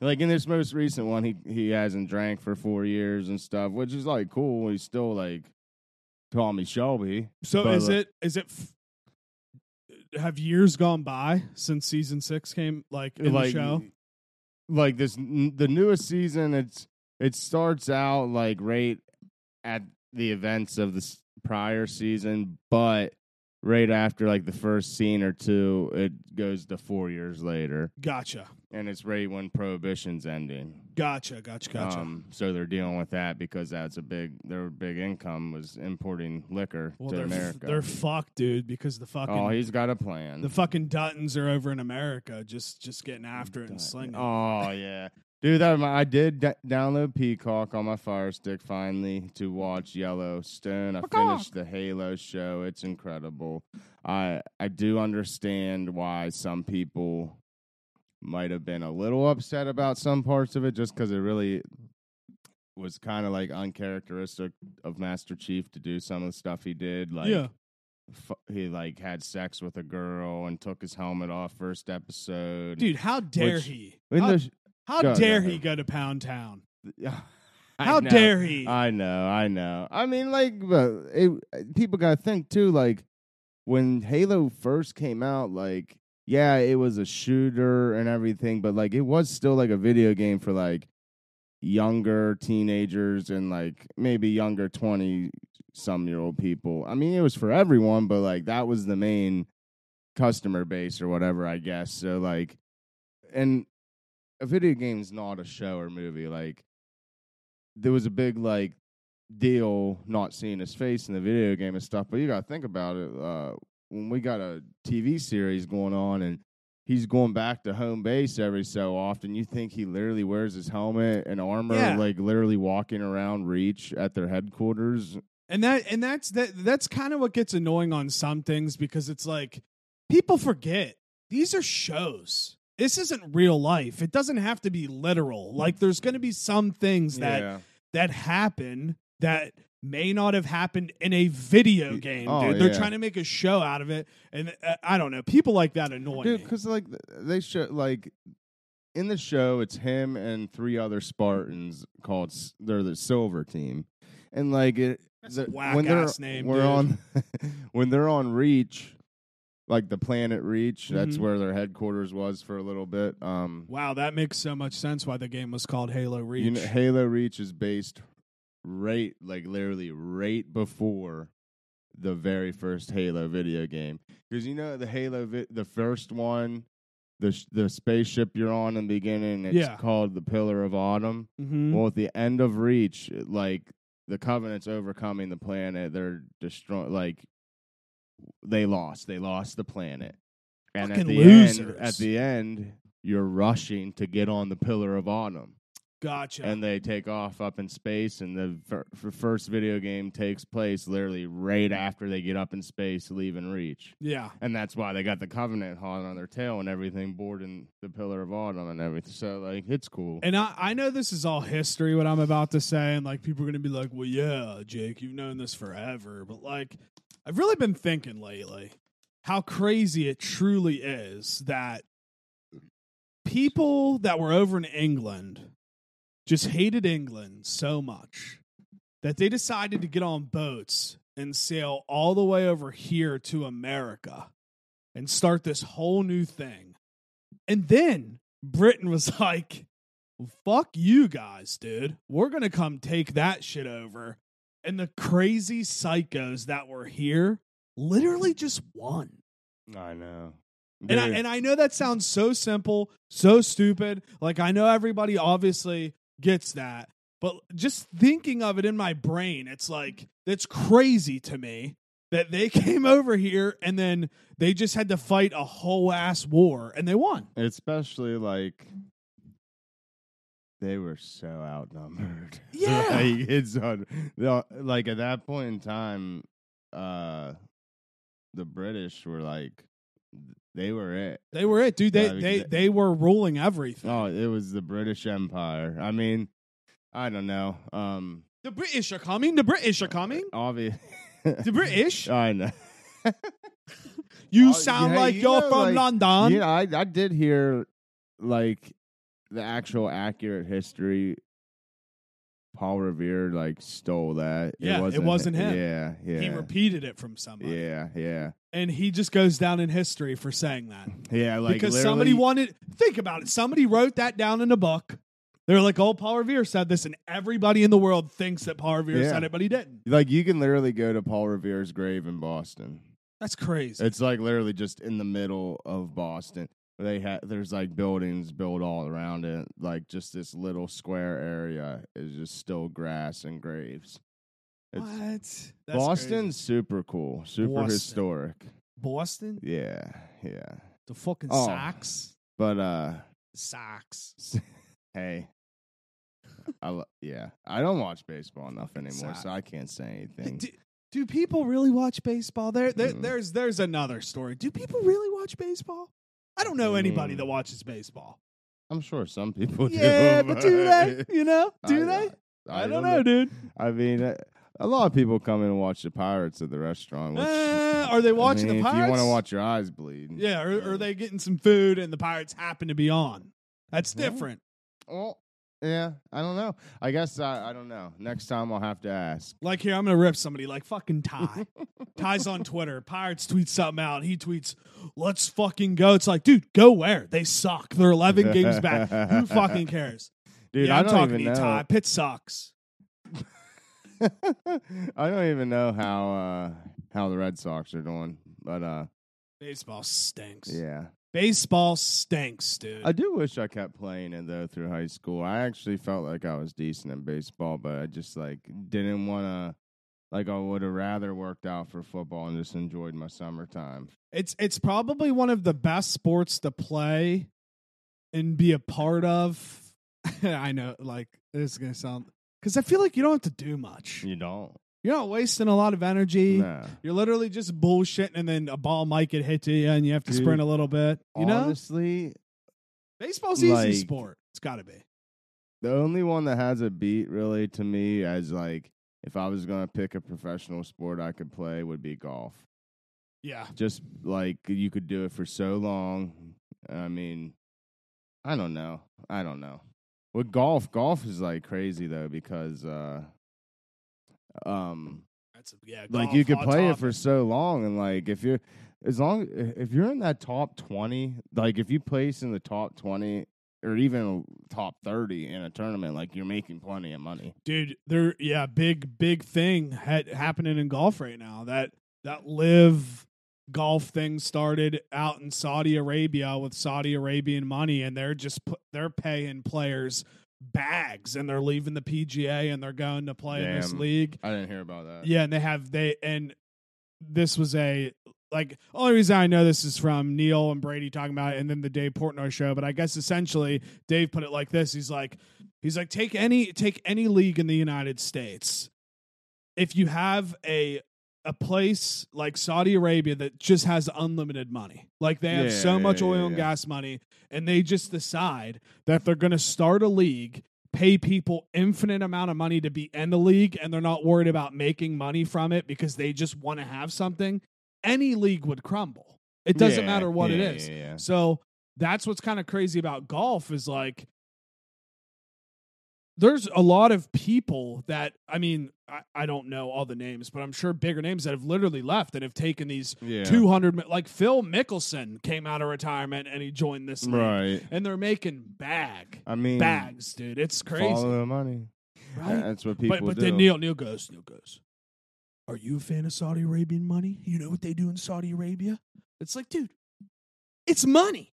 S1: like in this most recent one, he he hasn't drank for four years and stuff, which is like cool. He's still like call me Shelby.
S2: So
S1: But,
S2: is
S1: uh,
S2: it is it f- have years gone by since season six came like in
S1: like
S2: the show?
S1: like this n- the newest season. It's it starts out like right at the events of this prior season, but right after like the first scene or two, it goes to four years later.
S2: Gotcha.
S1: and it's right when prohibition's ending.
S2: Gotcha. Gotcha. Gotcha.
S1: Um, so they're dealing with that because that's a big their big income was importing liquor
S2: well,
S1: to
S2: they're
S1: America.
S2: they're fucked, dude, because the fucking
S1: oh, he's got a plan.
S2: the fucking Duttons are over in America, just just getting after it and slinging.
S1: Oh yeah, dude. That remi- I did d- download Peacock on my Fire Stick finally to watch Yellowstone. I finished the Halo show. It's incredible. I I do understand why some people might have been a little upset about some parts of it, just because it really was kind of like uncharacteristic of Master Chief to do some of the stuff he did. Like,
S2: yeah,
S1: f- he like had sex with a girl and took his helmet off first episode.
S2: dude, how dare
S1: which-
S2: he?
S1: In
S2: How,
S1: the sh-
S2: how
S1: go, go
S2: dare
S1: ahead.
S2: he go to Pound Town?
S1: I
S2: how
S1: know.
S2: dare he?
S1: I know, I know. I mean, like, but it, people gotta think too. Like, when Halo first came out, like, yeah, it was a shooter and everything, but like, it was still like a video game for like younger teenagers and like maybe younger twenty some year old people. I mean, it was for everyone, but like that was the main customer base or whatever, I guess. So like, and a video game's not a show or movie. Like there was a big like deal not seeing his face in the video game and stuff, but you gotta think about it. Uh when we got a TV series going on and he's going back to home base every so often, you think he literally wears his helmet and armor,
S2: Yeah.
S1: like literally walking around reach at their headquarters.
S2: And that and that's that that's kind of what gets annoying on some things because it's like people forget these are shows. This isn't real life. It doesn't have to be literal. Like there's going to be some things that that happen that may not have happened in a video game,
S1: Oh,
S2: dude. They're
S1: yeah.
S2: trying to make a show out of it, and uh, I don't know. People like that annoy
S1: dude
S2: me.
S1: because like th- they show like in the show it's him and three other spartans called S- they're the silver team and like it
S2: That's
S1: the-
S2: a whack
S1: when they're
S2: ass name,
S1: we're
S2: dude.
S1: on when they're on reach like the planet reach that's
S2: Mhm.
S1: where their headquarters was for a little bit um
S2: Wow, that makes so much sense. Why the game was called Halo Reach?
S1: you know, halo reach is based right like literally right before the very first halo video game because you know the halo vi- the first one the sh- the spaceship you're on in the beginning. It's
S2: Yeah.
S1: called the Pillar of Autumn.
S2: Mm-hmm.
S1: Well, at the end of Reach, it- like the Covenant's overcoming the planet. They're destroying. Like they lost. They lost the planet. And at
S2: Fucking
S1: the end, at
S2: losers.
S1: the end, you're rushing to get on the Pillar of Autumn
S2: gotcha.
S1: and they take off up in space and the fir- f- first video game takes place literally right after they get up in space leaving reach
S2: yeah.
S1: and that's why they got the covenant hot on their tail and everything boarding the pillar of autumn and everything so like it's cool
S2: And I, I know this is all history, what I'm about to say, and like people are gonna be like, Well, yeah, Jake, you've known this forever. But like I've really been thinking lately how crazy it truly is that people that were over in England just hated England so much that they decided to get on boats and sail all the way over here to America and start this whole new thing. And then Britain was like, fuck you guys, dude. We're going to come take that shit over. And the crazy psychos that were here literally just won.
S1: i know
S2: And I,
S1: Dude,
S2: and I know that sounds so simple, so stupid. Like I know everybody obviously gets that, but just thinking of it in my brain, it's like it's crazy to me that they came over here and then they just had to fight a whole ass war and they won.
S1: especially like they were so outnumbered
S2: Yeah.
S1: like, it's un- the- like at that point in time uh the british were like they were it
S2: They were it, dude. They
S1: Yeah,
S2: they
S1: exa-
S2: they were ruling everything.
S1: Oh, it was the British Empire. I mean, I don't know. Um,
S2: The British are coming. The British are coming.
S1: obvious.
S2: The British.
S1: I know.
S2: You
S1: Oh,
S2: sound
S1: yeah,
S2: like
S1: you
S2: you are
S1: know,
S2: from
S1: like-
S2: London.
S1: you know, I I did hear like the actual accurate history. Paul Revere like stole that.
S2: Yeah, it wasn't him.
S1: Yeah, yeah.
S2: He repeated it from somebody,
S1: yeah, yeah,
S2: and he just goes down in history for saying that.
S1: yeah. Like
S2: because somebody
S1: literally-
S2: wanted think about it somebody wrote that down in a book they're like oh paul revere said this and everybody in the world thinks that paul revere
S1: Yeah.
S2: said it but he didn't
S1: like you can literally go to Paul Revere's grave in Boston.
S2: that's crazy
S1: It's like literally just in the middle of Boston. They had there's like buildings built all around it. Like just this little square area is just still grass and graves. It's
S2: what That's crazy.
S1: Boston's super cool, super
S2: Boston.
S1: historic.
S2: boston
S1: Yeah, yeah.
S2: the fucking
S1: Oh.
S2: socks
S1: But uh,
S2: socks
S1: hey, I lo- yeah, I don't watch baseball enough
S2: Fucking
S1: anymore,
S2: sock.
S1: so I can't say anything.
S2: do, do people really watch baseball there, there
S1: Mm.
S2: there's there's another story do people really watch baseball i don't know anybody
S1: Mm.
S2: that watches baseball
S1: I'm sure some people do.
S2: yeah but do they you know do
S1: I-
S2: they I, don't know dude
S1: I mean, uh, a lot of people come in and watch the Pirates at the restaurant. Which,
S2: Uh, are they
S1: I
S2: watching
S1: mean,
S2: the
S1: If you
S2: Pirates?
S1: want to watch your eyes bleed.
S2: Yeah, or, or they getting some food and the Pirates happen to be on. That's
S1: Yeah.
S2: different.
S1: Well, Oh, yeah, I don't know. I guess I, I don't know. Next time I'll have to ask.
S2: Like here, I'm gonna rip somebody like fucking Ty. Ty's on Twitter. Pirates tweets something out. He tweets, "Let's fucking go." It's like, dude, go where they suck. They're 11 games back. Who fucking cares?
S1: Dude,
S2: yeah,
S1: I
S2: I'm
S1: don't
S2: talking
S1: even
S2: to you, Ty.
S1: know.
S2: Pitt sucks.
S1: I don't even know how uh, how the Red Sox are doing, but uh,
S2: Baseball stinks.
S1: yeah,
S2: Baseball stinks, dude.
S1: I do wish I kept playing it though through high school. I actually felt like I was decent in baseball, but I just like didn't want to. Like I would have rather worked out for football and just enjoyed my summertime.
S2: It's it's probably one of the best sports to play and be a part of. I know, like this is gonna sound because I feel like you don't have to do much.
S1: You don't.
S2: You're not wasting a lot of energy.
S1: Nah.
S2: You're literally just bullshitting, and then a ball might get hit to you, and you have to
S1: Dude,
S2: sprint a little bit. You know,
S1: Honestly,
S2: baseball's easy
S1: like-
S2: sport. It's got to be.
S1: the only one that has a beat really to me as like if I was gonna pick a professional sport I could play would be golf.
S2: Yeah,
S1: Just like you could do it for so long. I mean, I don't know. I don't know. With golf, golf is like crazy though because uh um
S2: that's yeah.
S1: like you could play it for so long and like if you're as long if you're in that top 20 like if you place in the top 20 or even top 30 in a tournament like you're making plenty of money
S2: dude. There, yeah, big big thing had happening in golf right now. That that live golf thing started out in Saudi Arabia with Saudi Arabian money, and they're just pu- they're paying players bags, and they're leaving the PGA and they're going to play in this
S1: Damn.
S2: league.
S1: I didn't hear about that.
S2: Yeah, and they have they and this was a like only reason I know this is from Neil and Brady talking about it, and then the Dave Portnoy show. But I guess essentially Dave put it like this: He's like, he's like, take any take any league in the United States. If you have a a place like Saudi Arabia that just has unlimited money, like they have
S1: Yeah,
S2: so
S1: yeah,
S2: much
S1: yeah,
S2: oil and
S1: yeah.
S2: gas money, and they just decide that they're going to start a league pay people infinite amount of money to be in the league and they're not worried about making money from it because they just want to have something any league would crumble it doesn't
S1: Yeah,
S2: matter what
S1: yeah,
S2: it is
S1: yeah, yeah.
S2: so that's what's kind of crazy about golf is like there's a lot of people that i mean I, I don't know all the names but i'm sure bigger names that have literally left and have taken these
S1: Yeah.
S2: 200 mi- like phil mickelson came out of retirement and he joined this league
S1: Right.
S2: and they're making bag
S1: I mean,
S2: bags, dude. It's crazy,
S1: follow the money.
S2: right?
S1: That's what people
S2: But but
S1: do.
S2: then Neil Neil goes Neil goes. Are you a fan of Saudi Arabian money? You know what they do in Saudi Arabia? It's like, dude, it's money.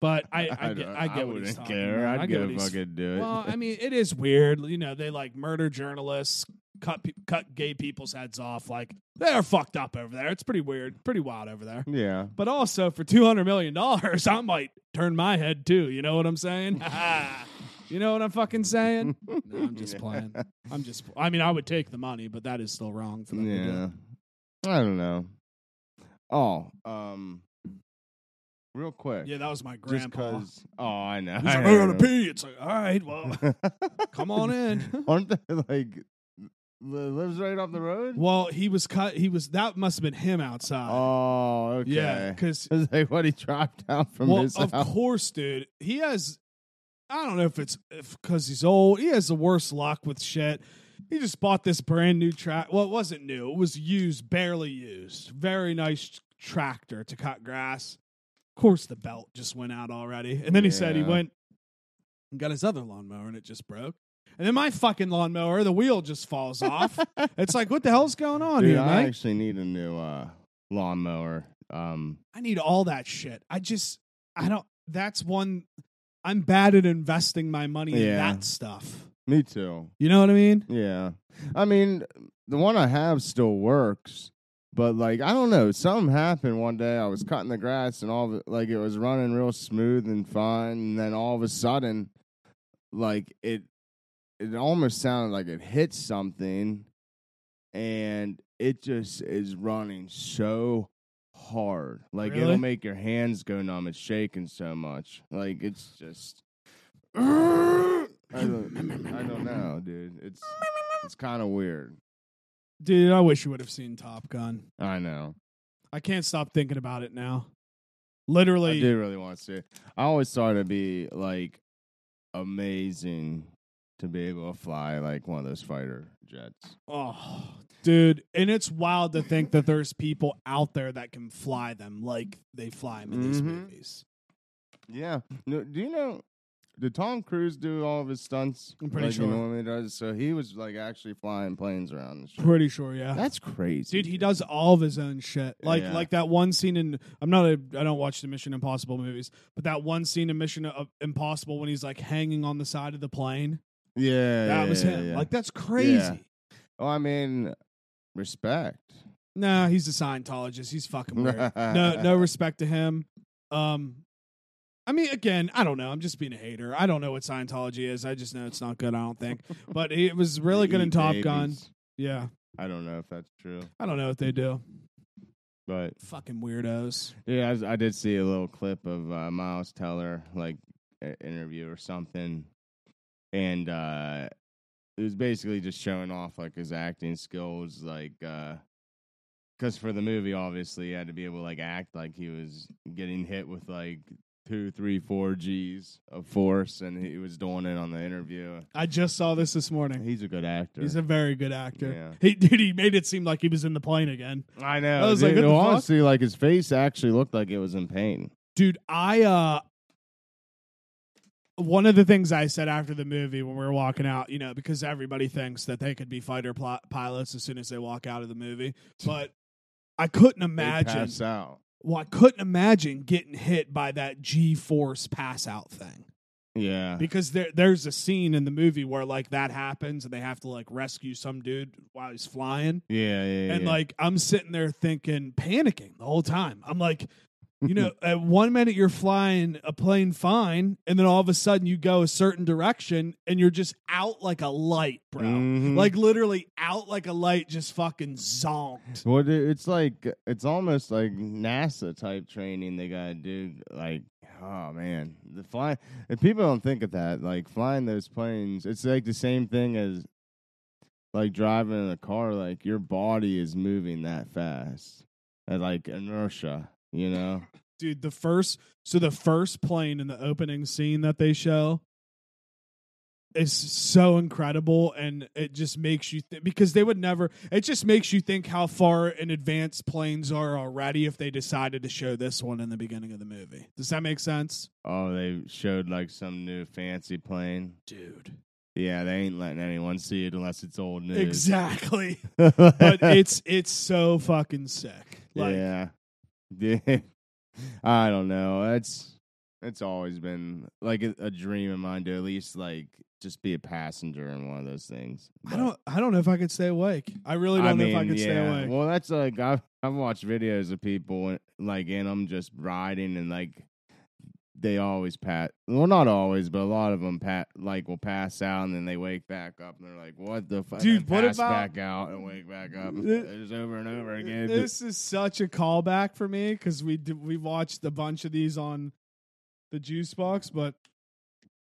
S2: But I I, get,
S1: don't-
S2: I get what
S1: wouldn't
S2: he's talking
S1: care.
S2: about.
S1: I'd
S2: I get what
S1: go
S2: he's-
S1: fucking do it.
S2: Well, I mean, it is weird. You know, they like murder journalists, cut pe- cut gay people's heads off. Like they are fucked up over there. It's pretty weird, pretty wild over there.
S1: yeah.
S2: But also for two hundred million dollars, I might turn my head too. You know what I'm saying? you know what I'm fucking saying? No, I'm just playing. I'm just. I mean, I would take the money, but that is still wrong for them. To
S1: Yeah.
S2: do.
S1: I don't know. Oh, um, real quick.
S2: Yeah, that was my
S1: just
S2: grandpa.
S1: because. Oh, I know.
S2: He's like,
S1: I
S2: I gotta
S1: know.
S2: pee. It's like, all right, well, come on in.
S1: Aren't they like li- lives right off the road?
S2: well, he was cut. He was. That must have been him outside.
S1: Oh, okay.
S2: Yeah, because
S1: Is that what he dropped out from
S2: well,
S1: his
S2: of
S1: house?
S2: course, dude. He has. I don't know if it's because he's old. He has the worst luck with shit. He just bought this brand new track. Well, it wasn't new. It was used, barely used. Very nice tractor to cut grass. Of course, the belt just went out already. And then he said he
S1: Yeah.
S2: went and got his other lawnmower, and it just broke. And then my fucking lawnmower, the wheel just falls off. it's like, what the hell's going on
S1: Dude,
S2: here,
S1: I
S2: man?
S1: actually need a new uh, lawnmower. Um,
S2: I need all that shit. I just I don't that's one I'm bad at investing my money in
S1: Yeah.
S2: that stuff.
S1: me too.
S2: You know what I mean?
S1: Yeah. I mean, the one I have still works, but like I don't know, something happened one day. I was cutting the grass and all of it, like it was running real smooth and fine, and then all of a sudden like it it almost sounded like it hit something and it just is running so hard. Like
S2: Really?
S1: it'll make your hands go numb. It's shaking so much. Like it's just I don't, I don't know, dude. It's it's kind of weird.
S2: Dude, I wish you would have seen Top Gun.
S1: I know.
S2: I can't stop thinking about it now.
S1: I
S2: Literally
S1: do really want to see. it. I always thought it'd be like amazing to be able to fly like one of those fighter jets.
S2: Oh, dude, and it's wild to think that there's people out there that can fly them like they fly them in these
S1: Mhm.
S2: movies.
S1: Yeah. No, do you know? Did Tom Cruise do all of his stunts?
S2: I'm pretty
S1: like
S2: sure.
S1: He normally does. So he was like actually flying planes around. And shit.
S2: Pretty sure, yeah.
S1: That's crazy.
S2: Dude, he does all of his own shit. Like
S1: Yeah.
S2: like that one scene in I'm not a I don't watch the Mission Impossible movies, but that one scene in Mission uh, Impossible when he's like hanging on the side of the plane.
S1: Yeah.
S2: that
S1: yeah,
S2: was
S1: yeah,
S2: him.
S1: yeah.
S2: Like that's crazy.
S1: Yeah. oh, I mean, respect.
S2: Nah, he's a Scientologist. He's fucking weird. no no respect to him. Um I mean, again, I don't know. I'm just being a hater. I don't know what Scientology is. I just know it's not good. I don't think, but it was really
S1: They
S2: good in
S1: eat
S2: Top
S1: babies.
S2: Gun. Yeah,
S1: I don't know if that's true,
S2: I don't know what they do.
S1: but
S2: Fucking weirdos.
S1: Yeah, I, was- I did see a little clip of uh, Miles Teller like a- interview or something, and uh, it was basically just showing off like his acting skills, like because for the movie, obviously, he had to be able to like act like he was getting hit with like two, three, four G's of force, and he was doing it on the interview.
S2: I just saw this this morning.
S1: He's a good actor.
S2: He's a very good actor.
S1: Yeah.
S2: He dude, he made it seem like he was in the plane again.
S1: I know.
S2: I was like,
S1: dude.
S2: what the fuck?
S1: honestly, like his face actually looked like it was in pain.
S2: Dude, I uh one of the things I said after the movie when we were walking out, you know, because everybody thinks that they could be fighter pl- pilots as soon as they walk out of the movie, but I couldn't
S1: They
S2: imagine.
S1: pass out.
S2: Well, I couldn't imagine getting hit by that G force pass out thing
S1: Yeah.
S2: because there there's a scene in the movie where like that happens and they have to like rescue some dude while he's flying.
S1: yeah, yeah,
S2: and
S1: yeah.
S2: like I'm sitting there thinking, panicking the whole time. I'm like, you know, at one minute you're flying a plane fine, and then all of a sudden you go a certain direction and you're just out like a light, bro.
S1: Mhm.
S2: Like literally out like a light, just fucking zonked.
S1: Well, dude, it's like it's almost like NASA type training they gotta do. Like, oh man, the fly. If people don't think of that, like flying those planes, it's like the same thing as like driving in a car. Like your body is moving that fast, and like inertia, you know.
S2: Dude, the first so the first plane in the opening scene that they show is so incredible and it just makes you th- because they would never it just makes you think how far in advance planes are already if they decided to show this one in the beginning of the movie. Does that make sense?
S1: Oh, they showed like some new fancy plane.
S2: Dude.
S1: Yeah, they ain't letting anyone see it unless it's old news.
S2: Exactly.
S1: but
S2: but it's it's so fucking sick. Like
S1: yeah. yeah. I don't know. That's it's always been like a, a dream of mine to at least like just be a passenger in one of those things.
S2: I
S1: But,
S2: don't I don't know if I could stay awake. I really don't know if I could stay
S1: yeah.
S2: awake.
S1: Well, that's like I've I've watched videos of people and, like and I'm just riding and like they always pat. Well, not always, but a lot of them pat like will pass out and then they wake back up and they're like, "What the fuck?"
S2: Dude,
S1: And
S2: what
S1: pass
S2: about- uh,
S1: back out and wake back up?
S2: Th-
S1: It's over and over again.
S2: This is such a callback for me because we did, we watched a bunch of these on the juice box, but.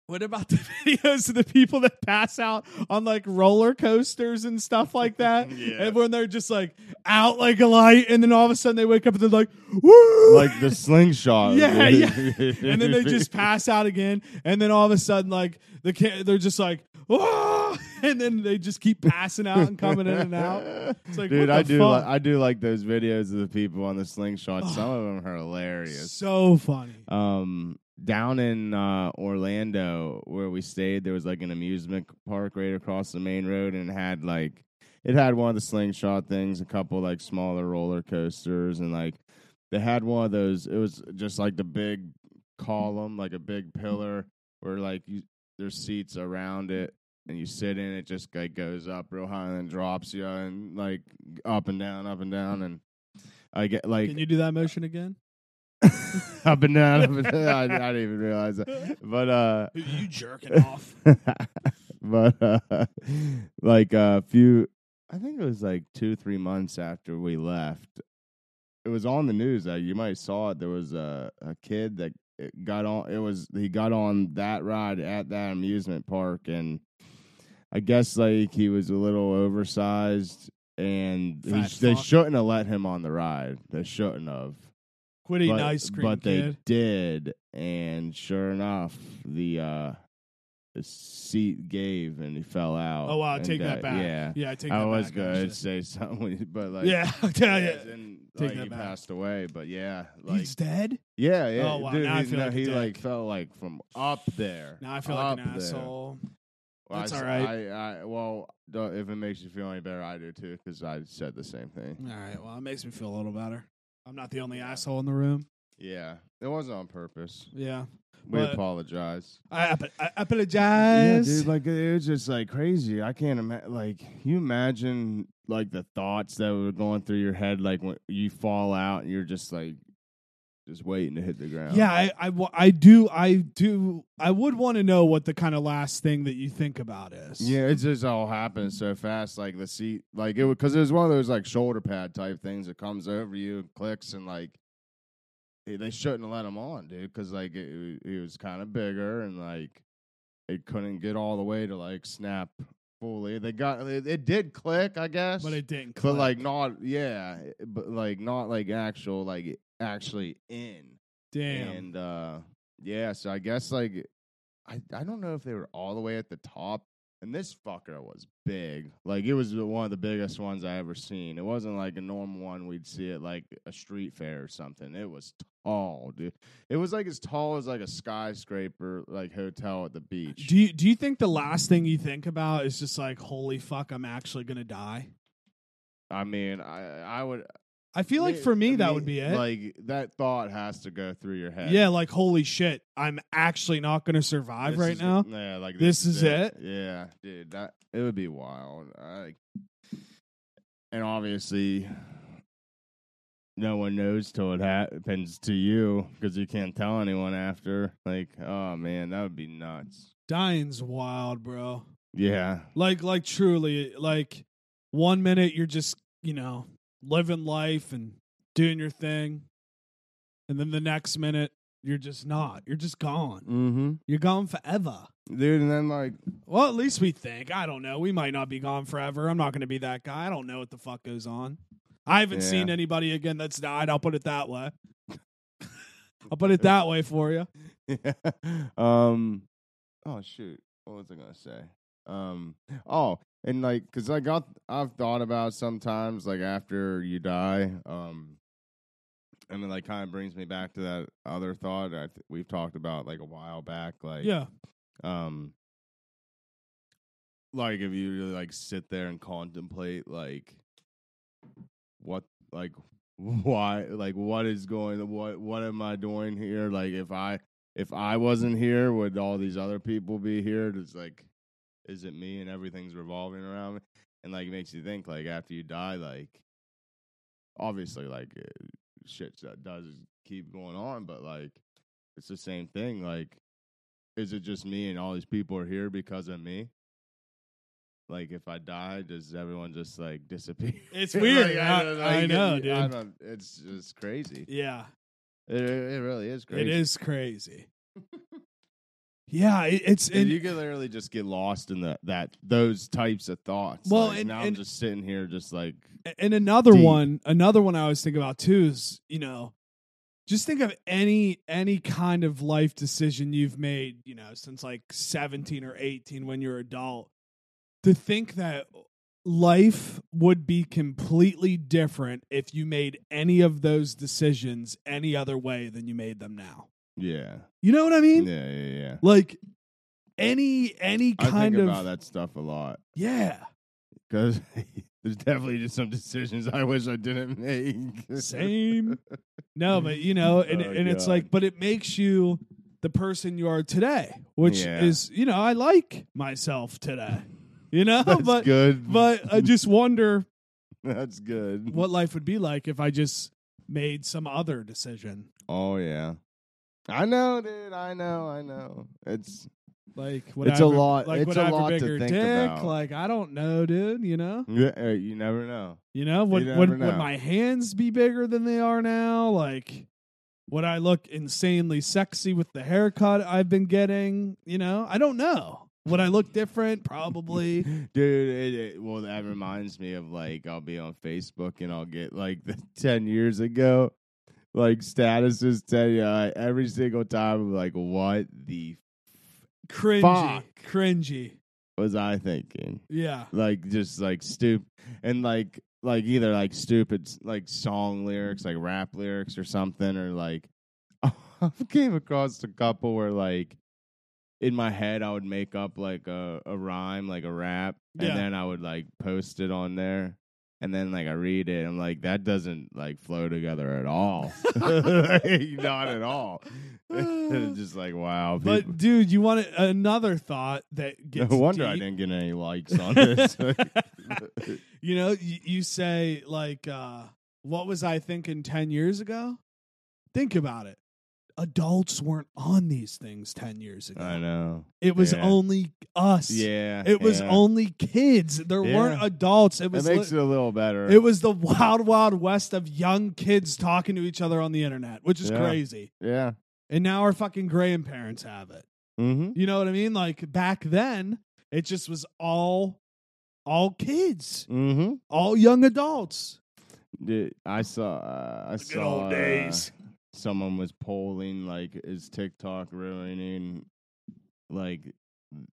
S2: What about the videos of the people that pass out on like roller coasters and stuff like that?
S1: Yeah.
S2: And when they're just like out like a light, and then all of a sudden they wake up and they're like, woo!
S1: like the slingshot.
S2: Yeah, and then they just pass out again, and then all of a sudden, like the kid, they're just like, "Whoa!" and then they just keep passing out and coming in and out. It's like, what
S1: Dude,
S2: the
S1: I do.
S2: fuck?
S1: Li- I do like those videos of the people on the slingshot. Some of them are hilarious.
S2: So funny.
S1: Um, down in uh, Orlando where we stayed, there was like an amusement park right across the main road, and it had like it had one of the slingshot things, a couple like smaller roller coasters, and like they had one of those. It was just like the big column, like a big pillar, where like you, there's seats around it. And you sit in it, just like goes up real high and then drops you, and like up and down, up and down, and I get like
S2: Can you do that motion again?
S1: up and down, up and down. I, I didn't even realize that. But uh,
S2: You jerking off.
S1: but uh, like a few, I think it was like two, three months after we left. It was on the news. Uh, you might have saw it. There was a a kid that it got on. It was he got on that ride at that amusement park, and I guess like he was a little oversized, and he,
S2: Fat
S1: sh- they
S2: fuck.
S1: shouldn't have let him on the ride. They shouldn't have
S2: Quit eating
S1: but,
S2: ice cream,
S1: but
S2: kid.
S1: they did, and sure enough, the uh the seat gave and he fell out.
S2: oh wow,
S1: And,
S2: take that
S1: uh,
S2: back.
S1: Yeah,
S2: yeah, take that
S1: I was
S2: back.
S1: gonna
S2: actually.
S1: say something, but like
S2: yeah, yeah, yeah.
S1: as in,
S2: Take
S1: like,
S2: that
S1: he
S2: back.
S1: passed away, but yeah, like
S2: He's dead.
S1: yeah, yeah,
S2: Oh, wow,
S1: dude,
S2: now I
S1: he's
S2: feel
S1: no-
S2: like a
S1: he like
S2: dick.
S1: fell like from up there.
S2: Now I feel like
S1: up
S2: an
S1: there.
S2: asshole.
S1: Well,
S2: That's
S1: I, s-
S2: all right.
S1: I, I, well, don't- if it makes you feel any better, I do too, because I said the same thing.
S2: All right, well, it makes me feel a little better. I'm not the only asshole in the room.
S1: Yeah, it was on purpose.
S2: Yeah,
S1: We
S2: But-
S1: apologize.
S2: I, ap- I
S1: Yeah,
S2: apologize.
S1: dude, like it was just like crazy. I can't imagine. Like, you imagine like the thoughts that were going through your head, like when you fall out and you're just like, just waiting to hit the ground.
S2: Yeah, I, I, wa- I do, I do, I would want to know what the kind of last thing that you think about is.
S1: yeah. It just all happened so fast. Like the seat, like it because it was one of those like shoulder pad type things that comes over you, and clicks, and like eh, they- they shouldn't have let him on, dude, because like it, it was kind of bigger and like it couldn't get all the way to like snap fully. They got it, it did click, I guess,
S2: but it didn't.
S1: but
S2: Click.
S1: like not yeah but like not like actual like actually in
S2: damn.
S1: and uh yeah so i guess like i i don't know if they were all the way at the top and this fucker was big like it was the- one of the biggest ones i ever seen it wasn't like a normal one we'd see at like a street fair or something it was tall dude it was like as tall as like a skyscraper like hotel at the beach
S2: Uh, do you, do you think the last thing you think about is just like, holy fuck, I'm actually gonna die?
S1: I mean, I I would
S2: I feel like
S1: May-
S2: for me
S1: I
S2: that
S1: mean,
S2: would be it.
S1: Like that thought has to go through your head.
S2: yeah, like holy shit, I'm actually not going to survive
S1: This
S2: right
S1: is-
S2: now.
S1: Yeah, like
S2: This is it?
S1: Yeah, dude, that it would be wild. I, and obviously, no one knows till it happens to you because you can't tell anyone after. Like, oh man, that would be nuts.
S2: Dying's wild, bro.
S1: Yeah,
S2: Like like truly like one minute you're just, you know, living life and doing your thing. And then the next minute you're just not. You're just gone.
S1: mm-hmm.
S2: You're gone forever.
S1: dude. And then like,
S2: Well, at least we think. I don't know. We might not be gone forever. I'm not going to be that guy. I don't know what the fuck goes on. I haven't
S1: Yeah.
S2: seen anybody again that's died. I'll put it that way. I'll put it that way for you.
S1: um, oh shoot, what was I gonna say? Um, oh, and like, cause I got, I've thought about sometimes, like after you die, um, and it like kind of brings me back to that other thought that we've talked about like a while back, like,
S2: Yeah.
S1: um, like if you really like sit there and contemplate, like, what, like. Why, like, what is going? What, what am I doing here? Like, if I, if I wasn't here, would all these other people be here? It's like, is it me and everything's revolving around me? And like, it makes you think, like, after you die, like, obviously, like, uh, shit that does keep going on, but like, it's the same thing. Like, is it just me and all these people are here because of me? Like, if I die, does everyone just like disappear?
S2: It's
S1: Like,
S2: weird. I-
S1: don't
S2: I
S1: you-
S2: know,
S1: you- I
S2: dude.
S1: don't, it's just crazy.
S2: Yeah.
S1: It, it really is crazy.
S2: It is crazy. yeah. It, it's.
S1: And
S2: and-
S1: you can literally just get lost in the, that those types of thoughts.
S2: Well,
S1: Like,
S2: and-
S1: now I'm
S2: and-
S1: just sitting here, just like
S2: And another
S1: Deep.
S2: one, another one I always think about too is, you know, just think of any any kind of life decision you've made, you know, since like 17 or 18 when you're adult. To think that life would be completely different if you made any of those decisions any other way than you made them now.
S1: yeah,
S2: You know what I
S1: yeah,
S2: mean?
S1: yeah, yeah.
S2: Like any any
S1: I
S2: kind
S1: think
S2: of
S1: about that stuff a lot
S2: yeah.
S1: because there's definitely just some decisions I wish I didn't make.
S2: Same. No, but you know, and
S1: Oh,
S2: and it's
S1: God.
S2: like, but it makes you the person you are today, which
S1: Yeah.
S2: is you know, I like myself today, you know,
S1: That's
S2: but
S1: good.
S2: but I just wonder
S1: that's good.
S2: what life would be like if I just made some other decision.
S1: Oh yeah, I know, dude. I know. I know. It's
S2: Like
S1: a
S2: whatever,
S1: lot-
S2: Like
S1: it's a
S2: whatever
S1: lot to
S2: bigger
S1: think
S2: dick.
S1: about.
S2: Like I don't know, dude. You know,
S1: yeah, uh, you never know.
S2: you know, would
S1: never
S2: would,
S1: know.
S2: would my hands be bigger than they are now? Like, would I look insanely sexy with the haircut I've been getting? You know, I don't know. Would I look different? Probably.
S1: Dude, it, it, well, that reminds me of like I'll be on Facebook and I'll get like the ten years ago, like statuses ten. Uh, every single time, I'm like, what the
S2: cringy.
S1: Fuck.
S2: Cringy.
S1: f- was I thinking?
S2: Yeah.
S1: Like just like stupid and like like either like stupid like song lyrics, like rap lyrics or something, or like I came across a couple where like in my head I would make up like a, a rhyme, like a rap,
S2: Yeah.
S1: and then I would like post it on there. And then like I read it, I'm like, that doesn't like flow together at all. Like, not at all. It's just like wow.
S2: But dude, you want a- another thought that
S1: people-
S2: gets
S1: no wonder I
S2: deep.
S1: didn't get any likes on this.
S2: you know, you, you say like, uh, "What was I thinking ten years ago?" Think about it. Adults weren't on these things ten years ago.
S1: I know.
S2: It was
S1: yeah.
S2: only us.
S1: Yeah.
S2: It was
S1: yeah.
S2: only kids. There
S1: Yeah.
S2: weren't adults. It
S1: It
S2: was.
S1: makes
S2: li-
S1: it a little better.
S2: it was the wild, wild west of young kids talking to each other on the internet, which is
S1: Yeah.
S2: crazy.
S1: yeah.
S2: And now our fucking grandparents have it.
S1: Mm-hmm.
S2: You know what I mean? Like back then, it just was all, all kids,
S1: Mm-hmm.
S2: all young adults.
S1: Dude, I saw. Uh, I saw. uh, someone was polling like, is TikTok ruining like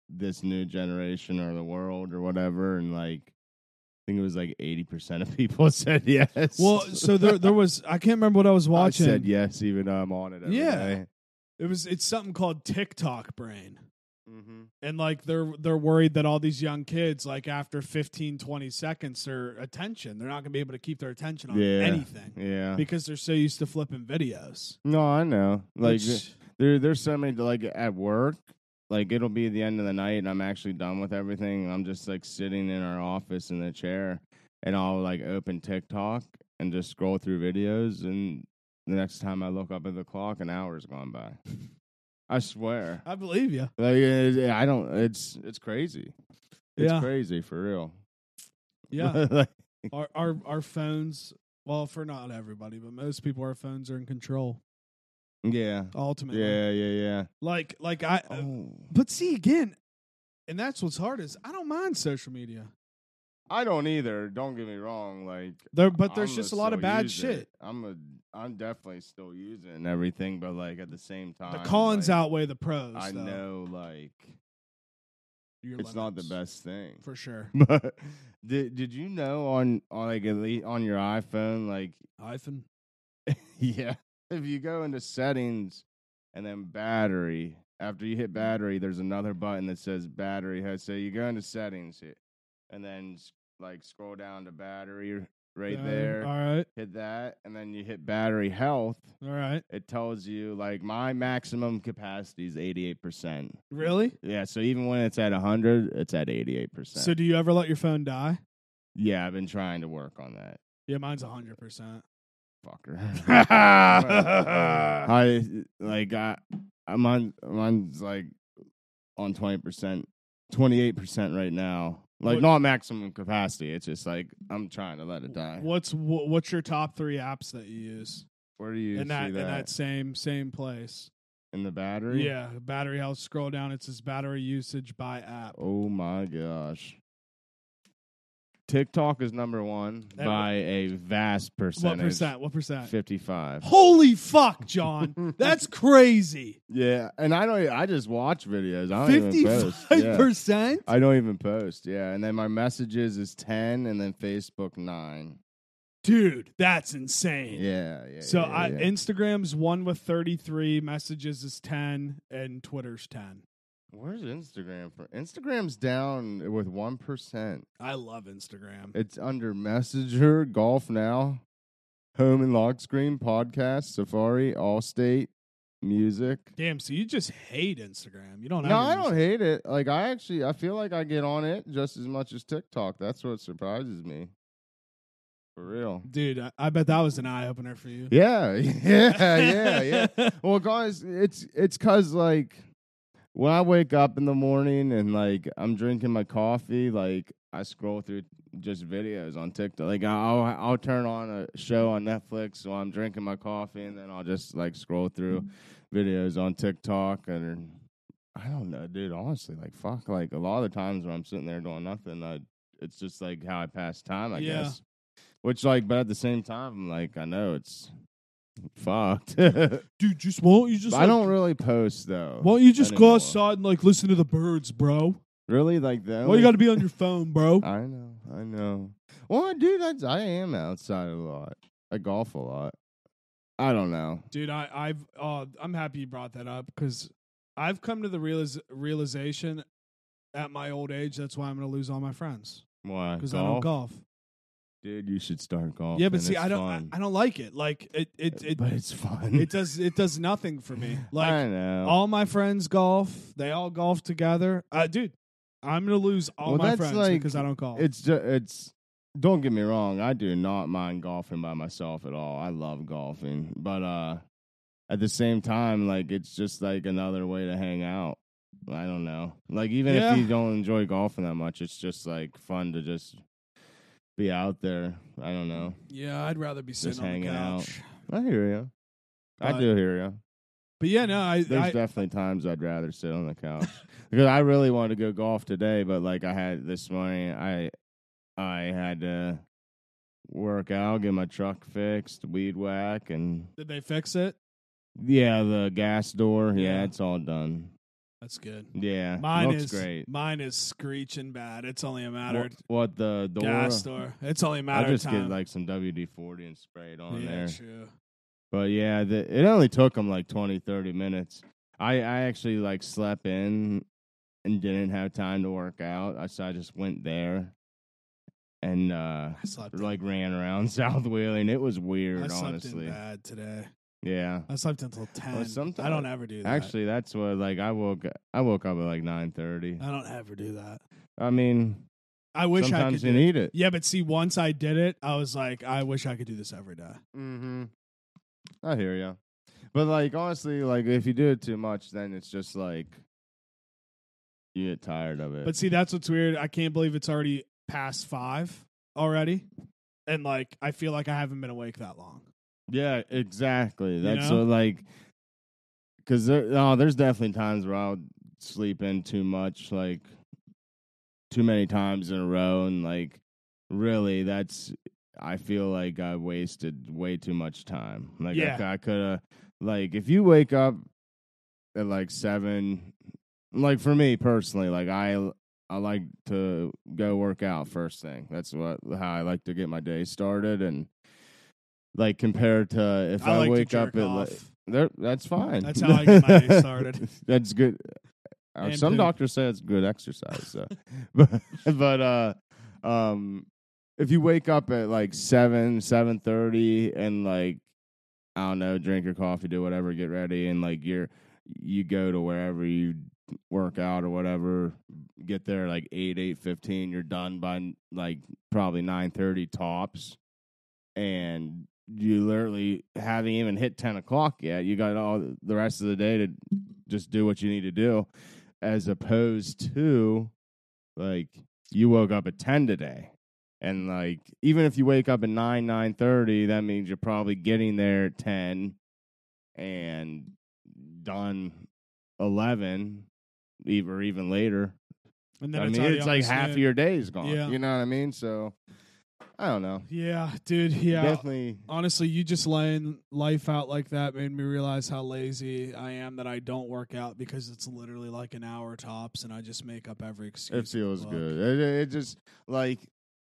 S1: this new generation or the world or whatever, and like. I think it was like eighty percent of people said yes.
S2: Well, so there, there was. I can't remember what I was
S1: I
S2: watching.
S1: said yes, even though I'm on it. every
S2: Yeah.
S1: day.
S2: It was. It's something called TikTok brain.
S1: Mm-hmm.
S2: and like they're they're worried that all these young kids like after 15 20 seconds their attention they're not going to be able to keep their attention on
S1: Yeah.
S2: anything
S1: Yeah.
S2: because they're so used to flipping videos
S1: no, I know. Like
S2: which-
S1: there, there's so many like at work. Like it'll be the end of the night, and I'm actually done with everything. And I'm just like sitting in our office in the chair, and I'll like open TikTok and just scroll through videos. And the next time I look up at the clock, an hour's gone by. I swear.
S2: i believe you
S1: Like it- I don't. It's it's crazy. It's
S2: Yeah.
S1: crazy for real.
S2: yeah
S1: Like,
S2: our, our our phones well for not everybody but most people our phones are in control
S1: yeah.
S2: ultimately
S1: Yeah. Yeah. Yeah.
S2: like like i
S1: Oh.
S2: but see again and that's what's hard is i don't mind social media
S1: I don't either. Don't get me wrong. Like
S2: there but there's
S1: I'ma
S2: just a lot of
S1: still
S2: bad
S1: use it.
S2: shit
S1: I'm a I'm definitely still using it and everything, but like at the same time,
S2: the cons
S1: like,
S2: outweigh the pros
S1: I
S2: though.
S1: know like
S2: Your
S1: it's not the
S2: limits,
S1: best thing.
S2: for sure
S1: But did did you know on on like at least on your iPhone like
S2: hyphen
S1: yeah if you go into settings and then battery after you hit battery there's another button that says battery health. so you go into settings hit, and then s- like scroll down to battery right
S2: Uh,
S1: there
S2: All right,
S1: hit that and then you hit battery health
S2: all right.
S1: it tells you like my maximum capacity is 88%
S2: Really?
S1: yeah so even when it's at 100 it's at 88%
S2: So, do you ever let your phone die?
S1: yeah i've been trying to work on that
S2: Yeah, mine's hundred percent.
S1: fucker i like i i'm on mine's like on 20% 28% right now like
S2: What-
S1: not maximum capacity it's just like i'm trying to let it die
S2: What's wh- what's your top three apps that you use
S1: where do you
S2: in that,
S1: see
S2: in
S1: that
S2: that same same place?
S1: in the battery
S2: Yeah, battery health. Scroll down. It says battery usage by app.
S1: Oh my gosh. TikTok is number one
S2: That-
S1: by a vast percentage.
S2: What percent? What percent?
S1: 55.
S2: Holy fuck, John! That's crazy.
S1: Yeah, and I don't. e, I just watch videos. I don't even post.
S2: Fifty-five
S1: Yeah.
S2: percent.
S1: I don't even post. Yeah, and then my messages is ten, and then Facebook nine.
S2: Dude, that's insane.
S1: Yeah, yeah.
S2: So
S1: yeah,
S2: I,
S1: yeah.
S2: Instagram's one with thirty-three messages is ten, and Twitter's ten.
S1: where's Instagram for? Instagram's down with one percent.
S2: I love Instagram.
S1: It's under Messenger, Golf Now, Home and Lock Screen, Podcast, Safari, Allstate, Music.
S2: Damn, so you just hate Instagram. You don't
S1: No, I
S2: ever use
S1: don't hate it. Like I actually, I feel like I get on it just as much as TikTok. That's what surprises me. For real.
S2: it. Dude, I, I bet that was an eye opener for you.
S1: Yeah, yeah, yeah, yeah. Well, guys, it's it's cause like when I wake up in the morning and like I'm drinking my coffee, like I scroll through just videos on TikTok. Like I'll I'll turn on a show on Netflix while I'm drinking my coffee, and then I'll just like scroll through videos on TikTok and. I don't know, dude. Honestly, like fuck, like a lot of the times when I'm sitting there doing nothing, I, it's just like how I pass time, I
S2: Yeah.
S1: guess. Which, like, but at the same time, I'm like, I know it's fucked.
S2: Dude, just won't you just
S1: I
S2: like,
S1: don't really post though.
S2: won't you just go
S1: anymore.
S2: outside and like listen to the birds, bro?
S1: Really, like the
S2: Why
S1: only-
S2: you gotta be on your phone, bro?
S1: I know, I know. Well, dude, that's, I am outside a lot. I golf a lot. I don't know.
S2: Dude, I, I've uh, I'm happy you brought that up because I've come to the realiz- realization at my old age that's why I'm gonna lose all my friends.
S1: Why?
S2: Because I don't golf.
S1: Dude, you should start golf.
S2: yeah, but see I don't I, I don't like it. Like it it it,
S1: but it's fun.
S2: it does it does nothing for me. Like
S1: I know.
S2: All my friends golf. They all golf together. Uh, dude, I'm gonna lose all
S1: Well,
S2: my
S1: that's
S2: friends
S1: like-
S2: because I don't golf.
S1: It's just, it's don't get me wrong, I do not mind golfing by myself at all. I love golfing, but uh at the same time like it's just like another way to hang out. I don't know. Like even
S2: Yeah.
S1: if you don't enjoy golfing that much, it's just like fun to just be out there. I don't know.
S2: yeah, I'd rather be sitting
S1: Just
S2: on the
S1: hanging out.
S2: couch.
S1: I hear you. I
S2: But-
S1: do hear you.
S2: But yeah, no, I,
S1: There's
S2: I
S1: definitely times I'd rather sit on the couch because I really wanted to go golf today, but like I had this morning, I I had to work out, get my truck fixed, weed whack, and
S2: did they fix it?
S1: yeah, the gas door. Yeah,
S2: Yeah.
S1: it's all done.
S2: That's good.
S1: Yeah,
S2: Mine
S1: looks
S2: is
S1: great.
S2: mine is screeching bad. It's only a matter
S1: What, what the door?
S2: gas door. It's only a
S1: I
S2: matter
S1: just
S2: of time.
S1: get like some WD forty and spray it on
S2: yeah,
S1: there.
S2: true.
S1: But yeah, the, it only took them like 20, 30 minutes. I, I actually like slept in and didn't have time to work out. I, so I just went there and uh,
S2: I slept in-
S1: like ran around South Wheeling. It was
S2: I
S1: weird,
S2: slept in
S1: honestly.
S2: bad today.
S1: Yeah.
S2: I slept until ten.
S1: sometimes-
S2: I don't ever do that.
S1: Actually, that's what like I woke I woke up at like nine thirty.
S2: I don't ever do that.
S1: I mean,
S2: I wish I could.
S1: sometimes
S2: Do
S1: you
S2: it.
S1: need it.
S2: Yeah, but see, once I did it, I was like, I wish I could do this every day.
S1: Mm-hmm. I hear you, but like honestly, like if you do it too much, then it's just like you get tired of it.
S2: But see, that's what's weird. I can't believe it's already past five already, and like I feel like I haven't been awake that long.
S1: yeah, exactly. That's
S2: know?
S1: what like because there, oh, there's definitely times where I'll sleep in too much, like too many times in a row, and like really, that's I feel like I wasted way too much time. Like I
S2: Yeah.
S1: c- I, could have like if you wake up at like seven, like for me personally, like I I like to go work out first thing. That's what how I like to get my day started and. Like compared to if I,
S2: like
S1: wake
S2: to jerk
S1: up at like,
S2: off.
S1: there- that's fine.
S2: That's how I get my day started.
S1: that's good. Uh,
S2: And
S1: some
S2: poop.
S1: doctors say it's good exercise. So, but but uh, um, if you wake up at like seven seven thirty and like I don't know, drink your coffee, do whatever, get ready, and like you're you go to wherever you work out or whatever, get there like eight eight fifteen. You're done by like probably nine thirty tops, and you literally haven't even hit 10 o'clock yet. You got all the rest of the day to just do what you need to do, as opposed to like you woke up at 10 today. And like, even if you wake up at 9, 9.30, that means you're probably getting there at 10 and done 11 e- or even later.
S2: And then
S1: I
S2: it's,
S1: mean,
S2: already
S1: it's
S2: up
S1: like
S2: to
S1: half of
S2: seven.
S1: your day is gone.
S2: Yeah.
S1: You know what I mean? So I don't know.
S2: Yeah, dude. Yeah.
S1: Definitely.
S2: Honestly, you just laying life out like that made me realize how lazy I am that I don't work out because it's literally like an hour tops, and I just make up every excuse.
S1: It feels
S2: book.
S1: good. It, it just like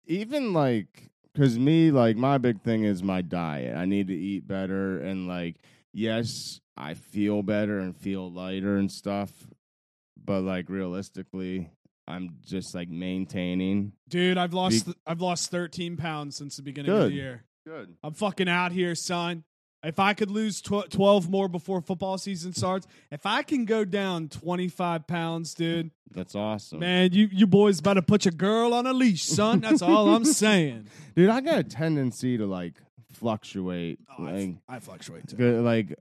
S1: even like because me like my big thing is my diet. I need to eat better and like yes, I feel better and feel lighter and stuff, but like realistically, I'm just like maintaining.
S2: Dude, I've lost I've lost 13 pounds since the beginning of
S1: Good.
S2: the year.
S1: Good.
S2: I'm fucking out here, son. If I could lose tw- 12 more before football season starts, if I can go down 25 pounds, dude,
S1: That's awesome,
S2: man, you you boys better put your girl on a leash, son. That's all I'm saying.
S1: dude. I got a tendency to like fluctuate.
S2: Oh, I,
S1: like,
S2: f- I fluctuate too.
S1: good like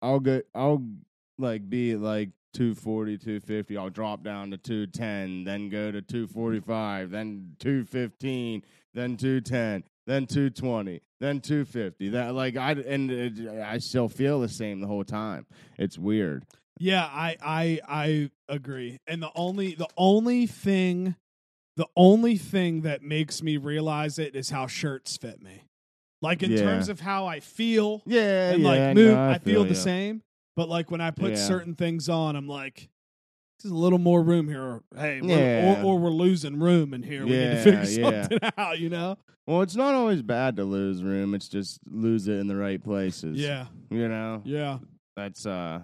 S1: i'll get i'll like be at like 240 250 i'll drop down to 210 then go
S2: Mm-hmm.
S1: to 245 then 215 then 210 then 220 then 250 that like i and it, i still feel the same the whole time it's weird
S2: Yeah, I I I agree. And the only the only thing the only thing that makes me realize it is how shirts fit me. Like in
S1: Yeah.
S2: terms of how I feel,
S1: yeah
S2: and
S1: yeah,
S2: like
S1: no,
S2: move. I, feel,
S1: ya.
S2: the same, but like when I put
S1: Yeah.
S2: certain things on, I'm like, there's a little more room here. Or, hey, we're,
S1: Yeah.
S2: or, or we're losing room in here. we need to
S1: Yeah,
S2: figure
S1: yeah.
S2: something out. You know?
S1: well it's not always bad to lose room it's just lose it in the right places
S2: Yeah,
S1: you know
S2: yeah,
S1: that's uh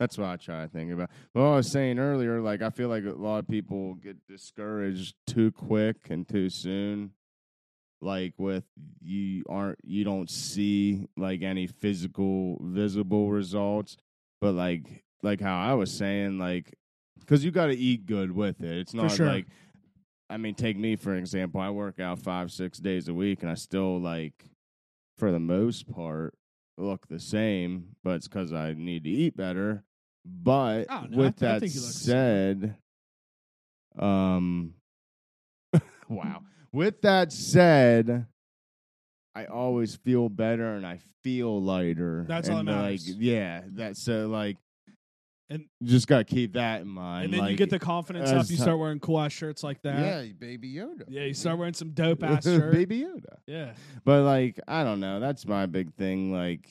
S1: that's what I try to think about. But what I was saying earlier, like I feel like a lot of people get discouraged too quick and too soon. Like with you aren't you don't see like any physical visible results, but like like how I was saying, like because you got to eat good with it. It's not
S2: sure.
S1: like I mean, take me for example. I work out five six days a week, and I still like for the most part look the same, but it's because I need to eat better. But
S2: Oh, I don't know. I
S1: with
S2: th- I
S1: that
S2: think you look the
S1: said, um, wow. With that said, I always feel better and I feel lighter.
S2: That's all
S1: and
S2: that
S1: like,
S2: matters.
S1: yeah, that's so like, and
S2: And-
S1: just gotta keep that in mind.
S2: and then you
S1: like,
S2: get the confidence
S1: as
S2: up. You
S1: ti-
S2: start wearing cool ass shirts like that.
S1: yeah, baby Yoda,
S2: Yeah, you start wearing some dope ass shirt.
S1: baby Yoda.
S2: Yeah,
S1: But like, I don't know. That's my big thing. Like,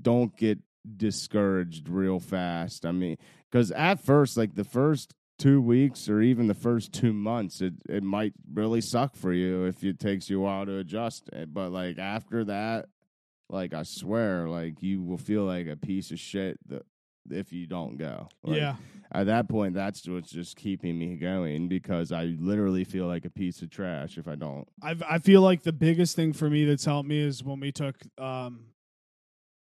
S1: don't get discouraged real fast. I mean, because at first, like the first two weeks or even the first two months, it it might really suck for you if it takes you a while to adjust. Eh, But like after that, like I swear, like you will feel like a piece of shit the if you don't go. Like,
S2: yeah.
S1: At that point, that's what's just keeping me going because I literally feel like a piece of trash if I don't.
S2: I've, I feel like the biggest thing for me that's helped me is when we took um,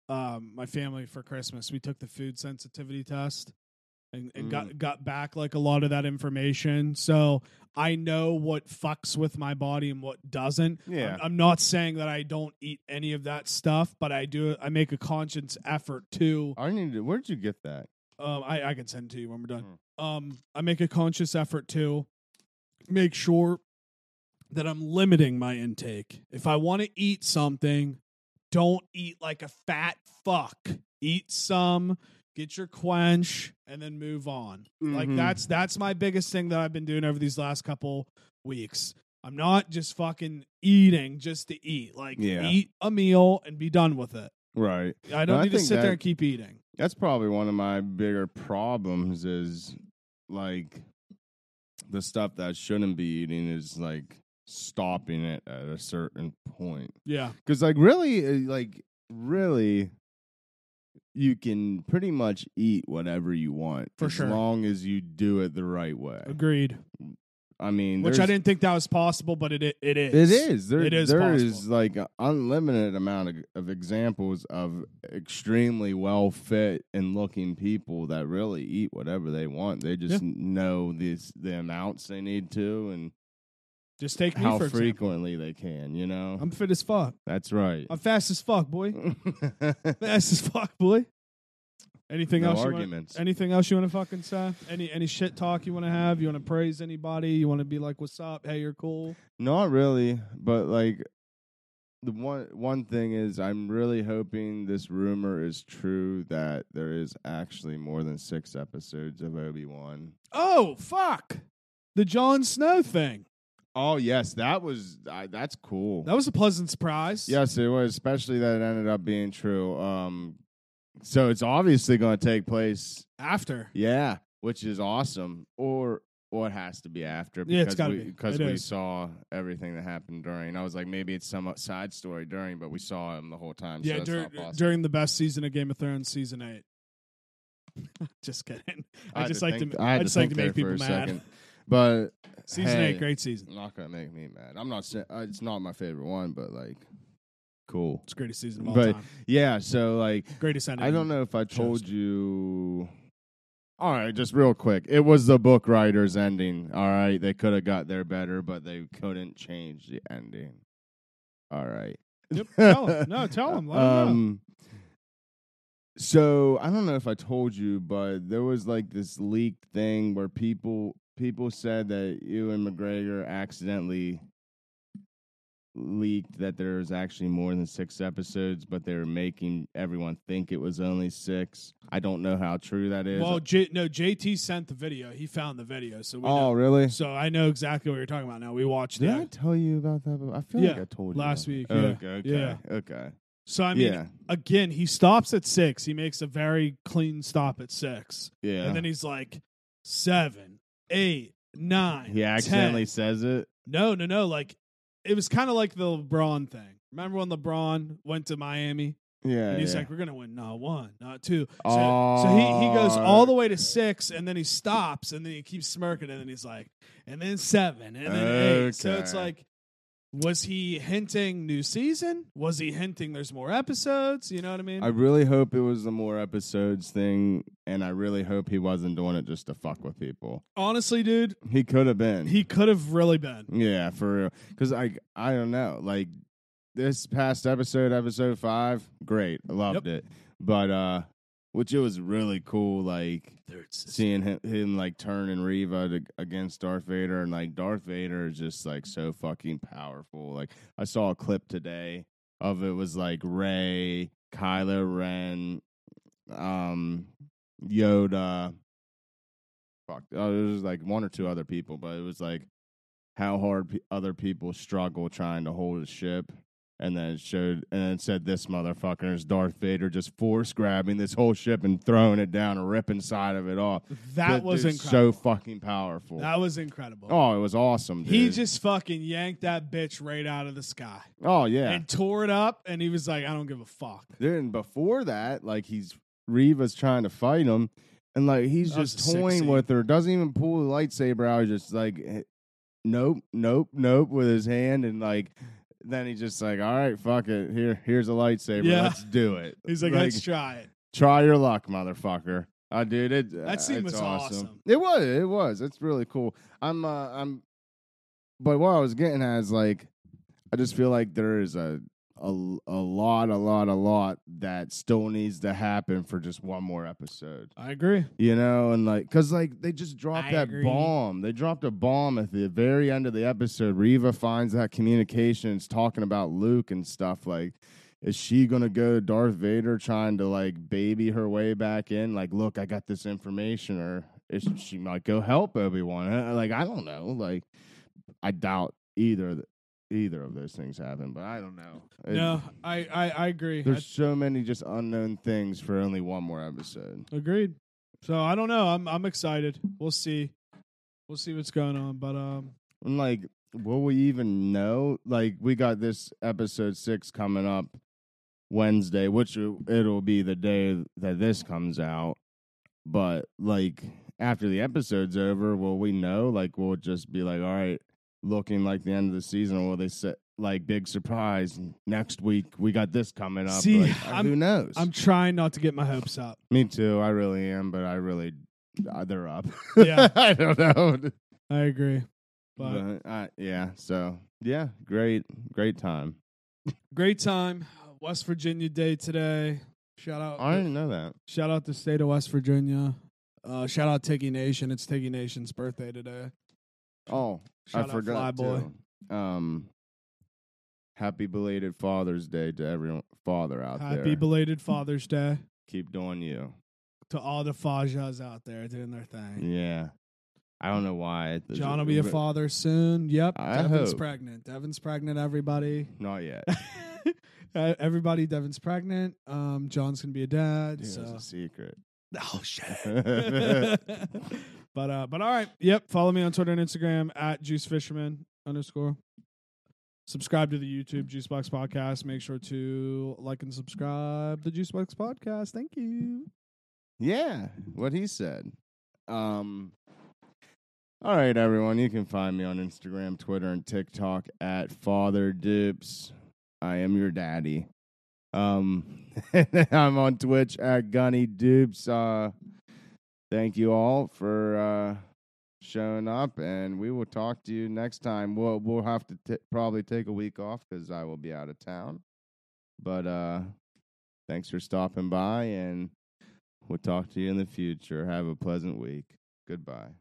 S2: um, my family for Christmas, we took the food sensitivity test and, and got, got back like a lot of that information. So I know what fucks with my body and what doesn't. I'm-
S1: Yeah.
S2: I'm, not saying that I don't eat any of that stuff, but I do, I make a conscious effort to,
S1: I need to. Where'd you get that?
S2: um, I, I can send it to you when we're done.
S1: Hmm.
S2: Um, I make a conscious effort to make sure that I'm limiting my intake. If I want to eat something, don't eat like a fat fuck. Eat some, get your quench, and then move on. Like
S1: Mhm.
S2: that's that's my biggest thing that I've been doing over these last couple weeks. I'm not just fucking eating just to eat. Like
S1: Yeah.
S2: eat a meal and be done with it.
S1: Right.
S2: I don't
S1: I
S2: need to
S1: think
S2: sit there
S1: that-
S2: and keep eating.
S1: That's probably one of my bigger problems is like the stuff that I shouldn't be eating is like stopping it at a certain point.
S2: Yeah.
S1: Because like really, uh, like really, you can pretty much eat whatever you want
S2: For
S1: as
S2: sure.
S1: long as you do it the right way.
S2: Agreed.
S1: I mean,
S2: which I
S1: there's-
S2: didn't think that was possible, but it it, it is.
S1: It is. There,
S2: It is
S1: there
S2: possible.
S1: is, like an unlimited amount of, of examples of extremely well fit and looking people that really eat whatever they want. They just know this the amounts they need to and
S2: Just take me
S1: how
S2: for example.
S1: frequently they can. You know,
S2: I'm fit as fuck.
S1: that's right.
S2: I'm fast as fuck, boy.
S1: no
S2: Fast as fuck, boy. Anything else? You wanna,
S1: arguments.
S2: anything else you want to fucking say? Any any shit talk you want to have? You want to praise anybody? You want to be like, "What's up? Hey, you're cool."
S1: Not really, but like the one one thing is I'm really hoping this rumor is true that there is actually more than 6 episodes of Obi-Wan.
S2: Oh fuck, the Jon Snow thing.
S1: Oh, yes, that was I that's cool.
S2: That was a pleasant surprise.
S1: yes, it was, especially that it ended up being true. Um so it's obviously going to take place,
S2: After.
S1: yeah, which is awesome or or it has to be after
S2: Yeah,
S1: because
S2: it's gotta
S1: we,
S2: be.
S1: because
S2: It
S1: we
S2: is.
S1: saw everything that happened during. I was like, maybe it's some uh, side story during, but we saw him the whole time. so
S2: Yeah,
S1: that's
S2: dur-
S1: not possible.
S2: during the best season of Game of Thrones, season eight. just kidding. I,
S1: had
S2: just
S1: to
S2: like
S1: think-
S2: to.
S1: I had to
S2: just like
S1: think
S2: to make
S1: there for
S2: people
S1: a
S2: mad.
S1: second. But
S2: Season
S1: hey,
S2: eight, great season.
S1: Not gonna make me mad. I'm not. sa- uh, It's not my favorite one, but like, cool.
S2: It's the greatest season of all
S1: But-
S2: time.
S1: Yeah. So like,
S2: Greatest ending.
S1: I don't know if I
S2: shows.
S1: told you. All right, just real quick. It was the book writer's ending. All right, they could have got there better, but they couldn't change the ending. All right.
S2: Yep, tell 'em. No, tell 'em. Let 'em
S1: Um,
S2: know.
S1: So I don't know if I told you, but there was like this leaked thing where people people said that you and McGregor accidentally leaked that there was actually more than six episodes, but they were making everyone think it was only six. I don't know how true that is.
S2: Well, J- no, JT sent the video. He found the video, so we
S1: oh,
S2: know.
S1: really?
S2: So I know exactly what you're talking about now. We watched
S1: Did I
S2: that.
S1: tell you about that? before? I feel like
S2: Yeah,
S1: I told you
S2: last
S1: about
S2: week,
S1: that.
S2: yeah.
S1: Okay, okay,
S2: Yeah.
S1: okay.
S2: So I mean,
S1: yeah,
S2: again, he stops at six. He makes a very clean stop at six,
S1: yeah.
S2: and then he's like seven, eight, nine.
S1: he accidentally
S2: 10.
S1: says it.
S2: No, no, no. Like it was kind of like the LeBron thing. Remember when LeBron went to Miami?
S1: Yeah,
S2: and he's
S1: yeah.
S2: like, "We're gonna win, not one, not two. So, so he he
S1: Oh.
S2: goes all the way to six, and then he stops, and then he keeps smirking, and then he's like, and then seven, and then eight. So it's
S1: Okay.
S2: like, was he hinting new season? Was he hinting there's more episodes? You know what I mean?
S1: I really hope it was the more episodes thing, and I really hope he wasn't doing it just to fuck with people.
S2: Honestly, dude,
S1: He could have been.
S2: he could have really been.
S1: yeah, for real. Because I, I don't know. Like this past episode, episode five, great, I loved it. But uh, which it was really cool. Like seeing him, him like turning Reva to, against Darth Vader, and like Darth Vader is just like so fucking powerful. Like I saw a clip today of it was like Ray, Kylo Ren, um, Yoda. Fuck, oh, there was like one or two other people, but it was like how hard pe other people struggle trying to hold a ship. And then it showed, and then it said, "This motherfucker is Darth Vader, just force grabbing this whole ship and throwing it down and ripping side of it off."
S2: That was
S1: dude's
S2: incredible.
S1: so fucking powerful.
S2: that was incredible.
S1: oh, it was awesome. Dude.
S2: he just fucking yanked that bitch right out of the sky
S1: oh yeah,
S2: and tore it up, and he was like, "I don't give a fuck."
S1: Then before that, like he's Riva's trying to fight him, and like he's
S2: That was a
S1: just
S2: sick
S1: toying
S2: scene.
S1: with her. Doesn't even pull the lightsaber out. He's just like, eh, nope, nope, nope, with his hand, and like. Then he's just like, "All right, fuck it. Here, here's a lightsaber.
S2: Yeah.
S1: Let's do it."
S2: He's like, let's try it.
S1: Try your luck, motherfucker. I did it. uh,
S2: That scene
S1: it's
S2: was awesome.
S1: It was. It was. It's really cool. I'm. Uh, I'm. But what I was getting at is like, I just feel like there is a a a lot, a lot, a lot that still needs to happen for just one more episode.
S2: I agree.
S1: You know, and like, cause like they just dropped
S2: I
S1: that
S2: agree.
S1: bomb. They dropped a bomb at the very end of the episode. Reva finds that communications talking about Luke and stuff. Like, is she gonna go to Darth Vader trying to like baby her way back in? Like, look, I got this information, or is she might go help Obi Wan? Uh, Like, I don't know. Like, I doubt either th- either of those things happen, but I don't know. It-
S2: No, I, I, I agree.
S1: There's so many just unknown things for only one more episode.
S2: Agreed. So I don't know. I'm I'm excited. We'll see. We'll see what's going on. But um
S1: I'm like, will we even know? Like, we got this episode six coming up Wednesday, which will- it'll be the day that this comes out. But like, after the episode's over, will we know? Like, we'll just be like, all right, looking like the end of the season, or will they set like big surprise next week? We got this coming up.
S2: See,
S1: Like,
S2: I'm-
S1: who knows?
S2: I'm trying not to get my hopes up.
S1: Me too. I really am, but I really. uh, They're up.
S2: Yeah.
S1: I don't know.
S2: I agree. But
S1: But, uh, yeah, so yeah, great, great time.
S2: great time. West Virginia Day today. Shout out
S1: I didn't know that.
S2: shout out the state of West Virginia. Uh shout out Tiggy Nation. It's Tiggy Nation's birthday today.
S1: Oh,
S2: Shout
S1: I
S2: out
S1: forgot.
S2: Flyboy.
S1: too. Um, happy belated Father's Day to everyone, father out
S2: Happy
S1: there.
S2: belated Father's Day
S1: Keep doing you.
S2: to all the Fajas out there doing their thing.
S1: Yeah, I don't know why. There's
S2: John will be a
S1: but-
S2: father soon. Yep.
S1: I
S2: Devin's
S1: hope.
S2: pregnant. Devin's pregnant, everybody.
S1: Not yet.
S2: Uh, Everybody, Devin's pregnant. Um, John's gonna be a dad.
S1: Dude,
S2: so.
S1: That's a secret.
S2: Oh shit. but uh, but all right. Yep. Follow me on Twitter and Instagram at juicefisherman underscore. Subscribe to the YouTube Juicebox Podcast. Make sure to like and subscribe the Juicebox Podcast. Thank you.
S1: Yeah, what he said. Um All right, everyone, you can find me on Instagram, Twitter, and TikTok at Father Dupes. I am your daddy. Um I'm on Twitch at Gunny Dupes. Uh thank you all for uh showing up and we will talk to you next time. We'll we'll have to t- probably take a week off cuz I will be out of town. But uh thanks for stopping by and We'll talk to you in the future. Have a pleasant week. Goodbye.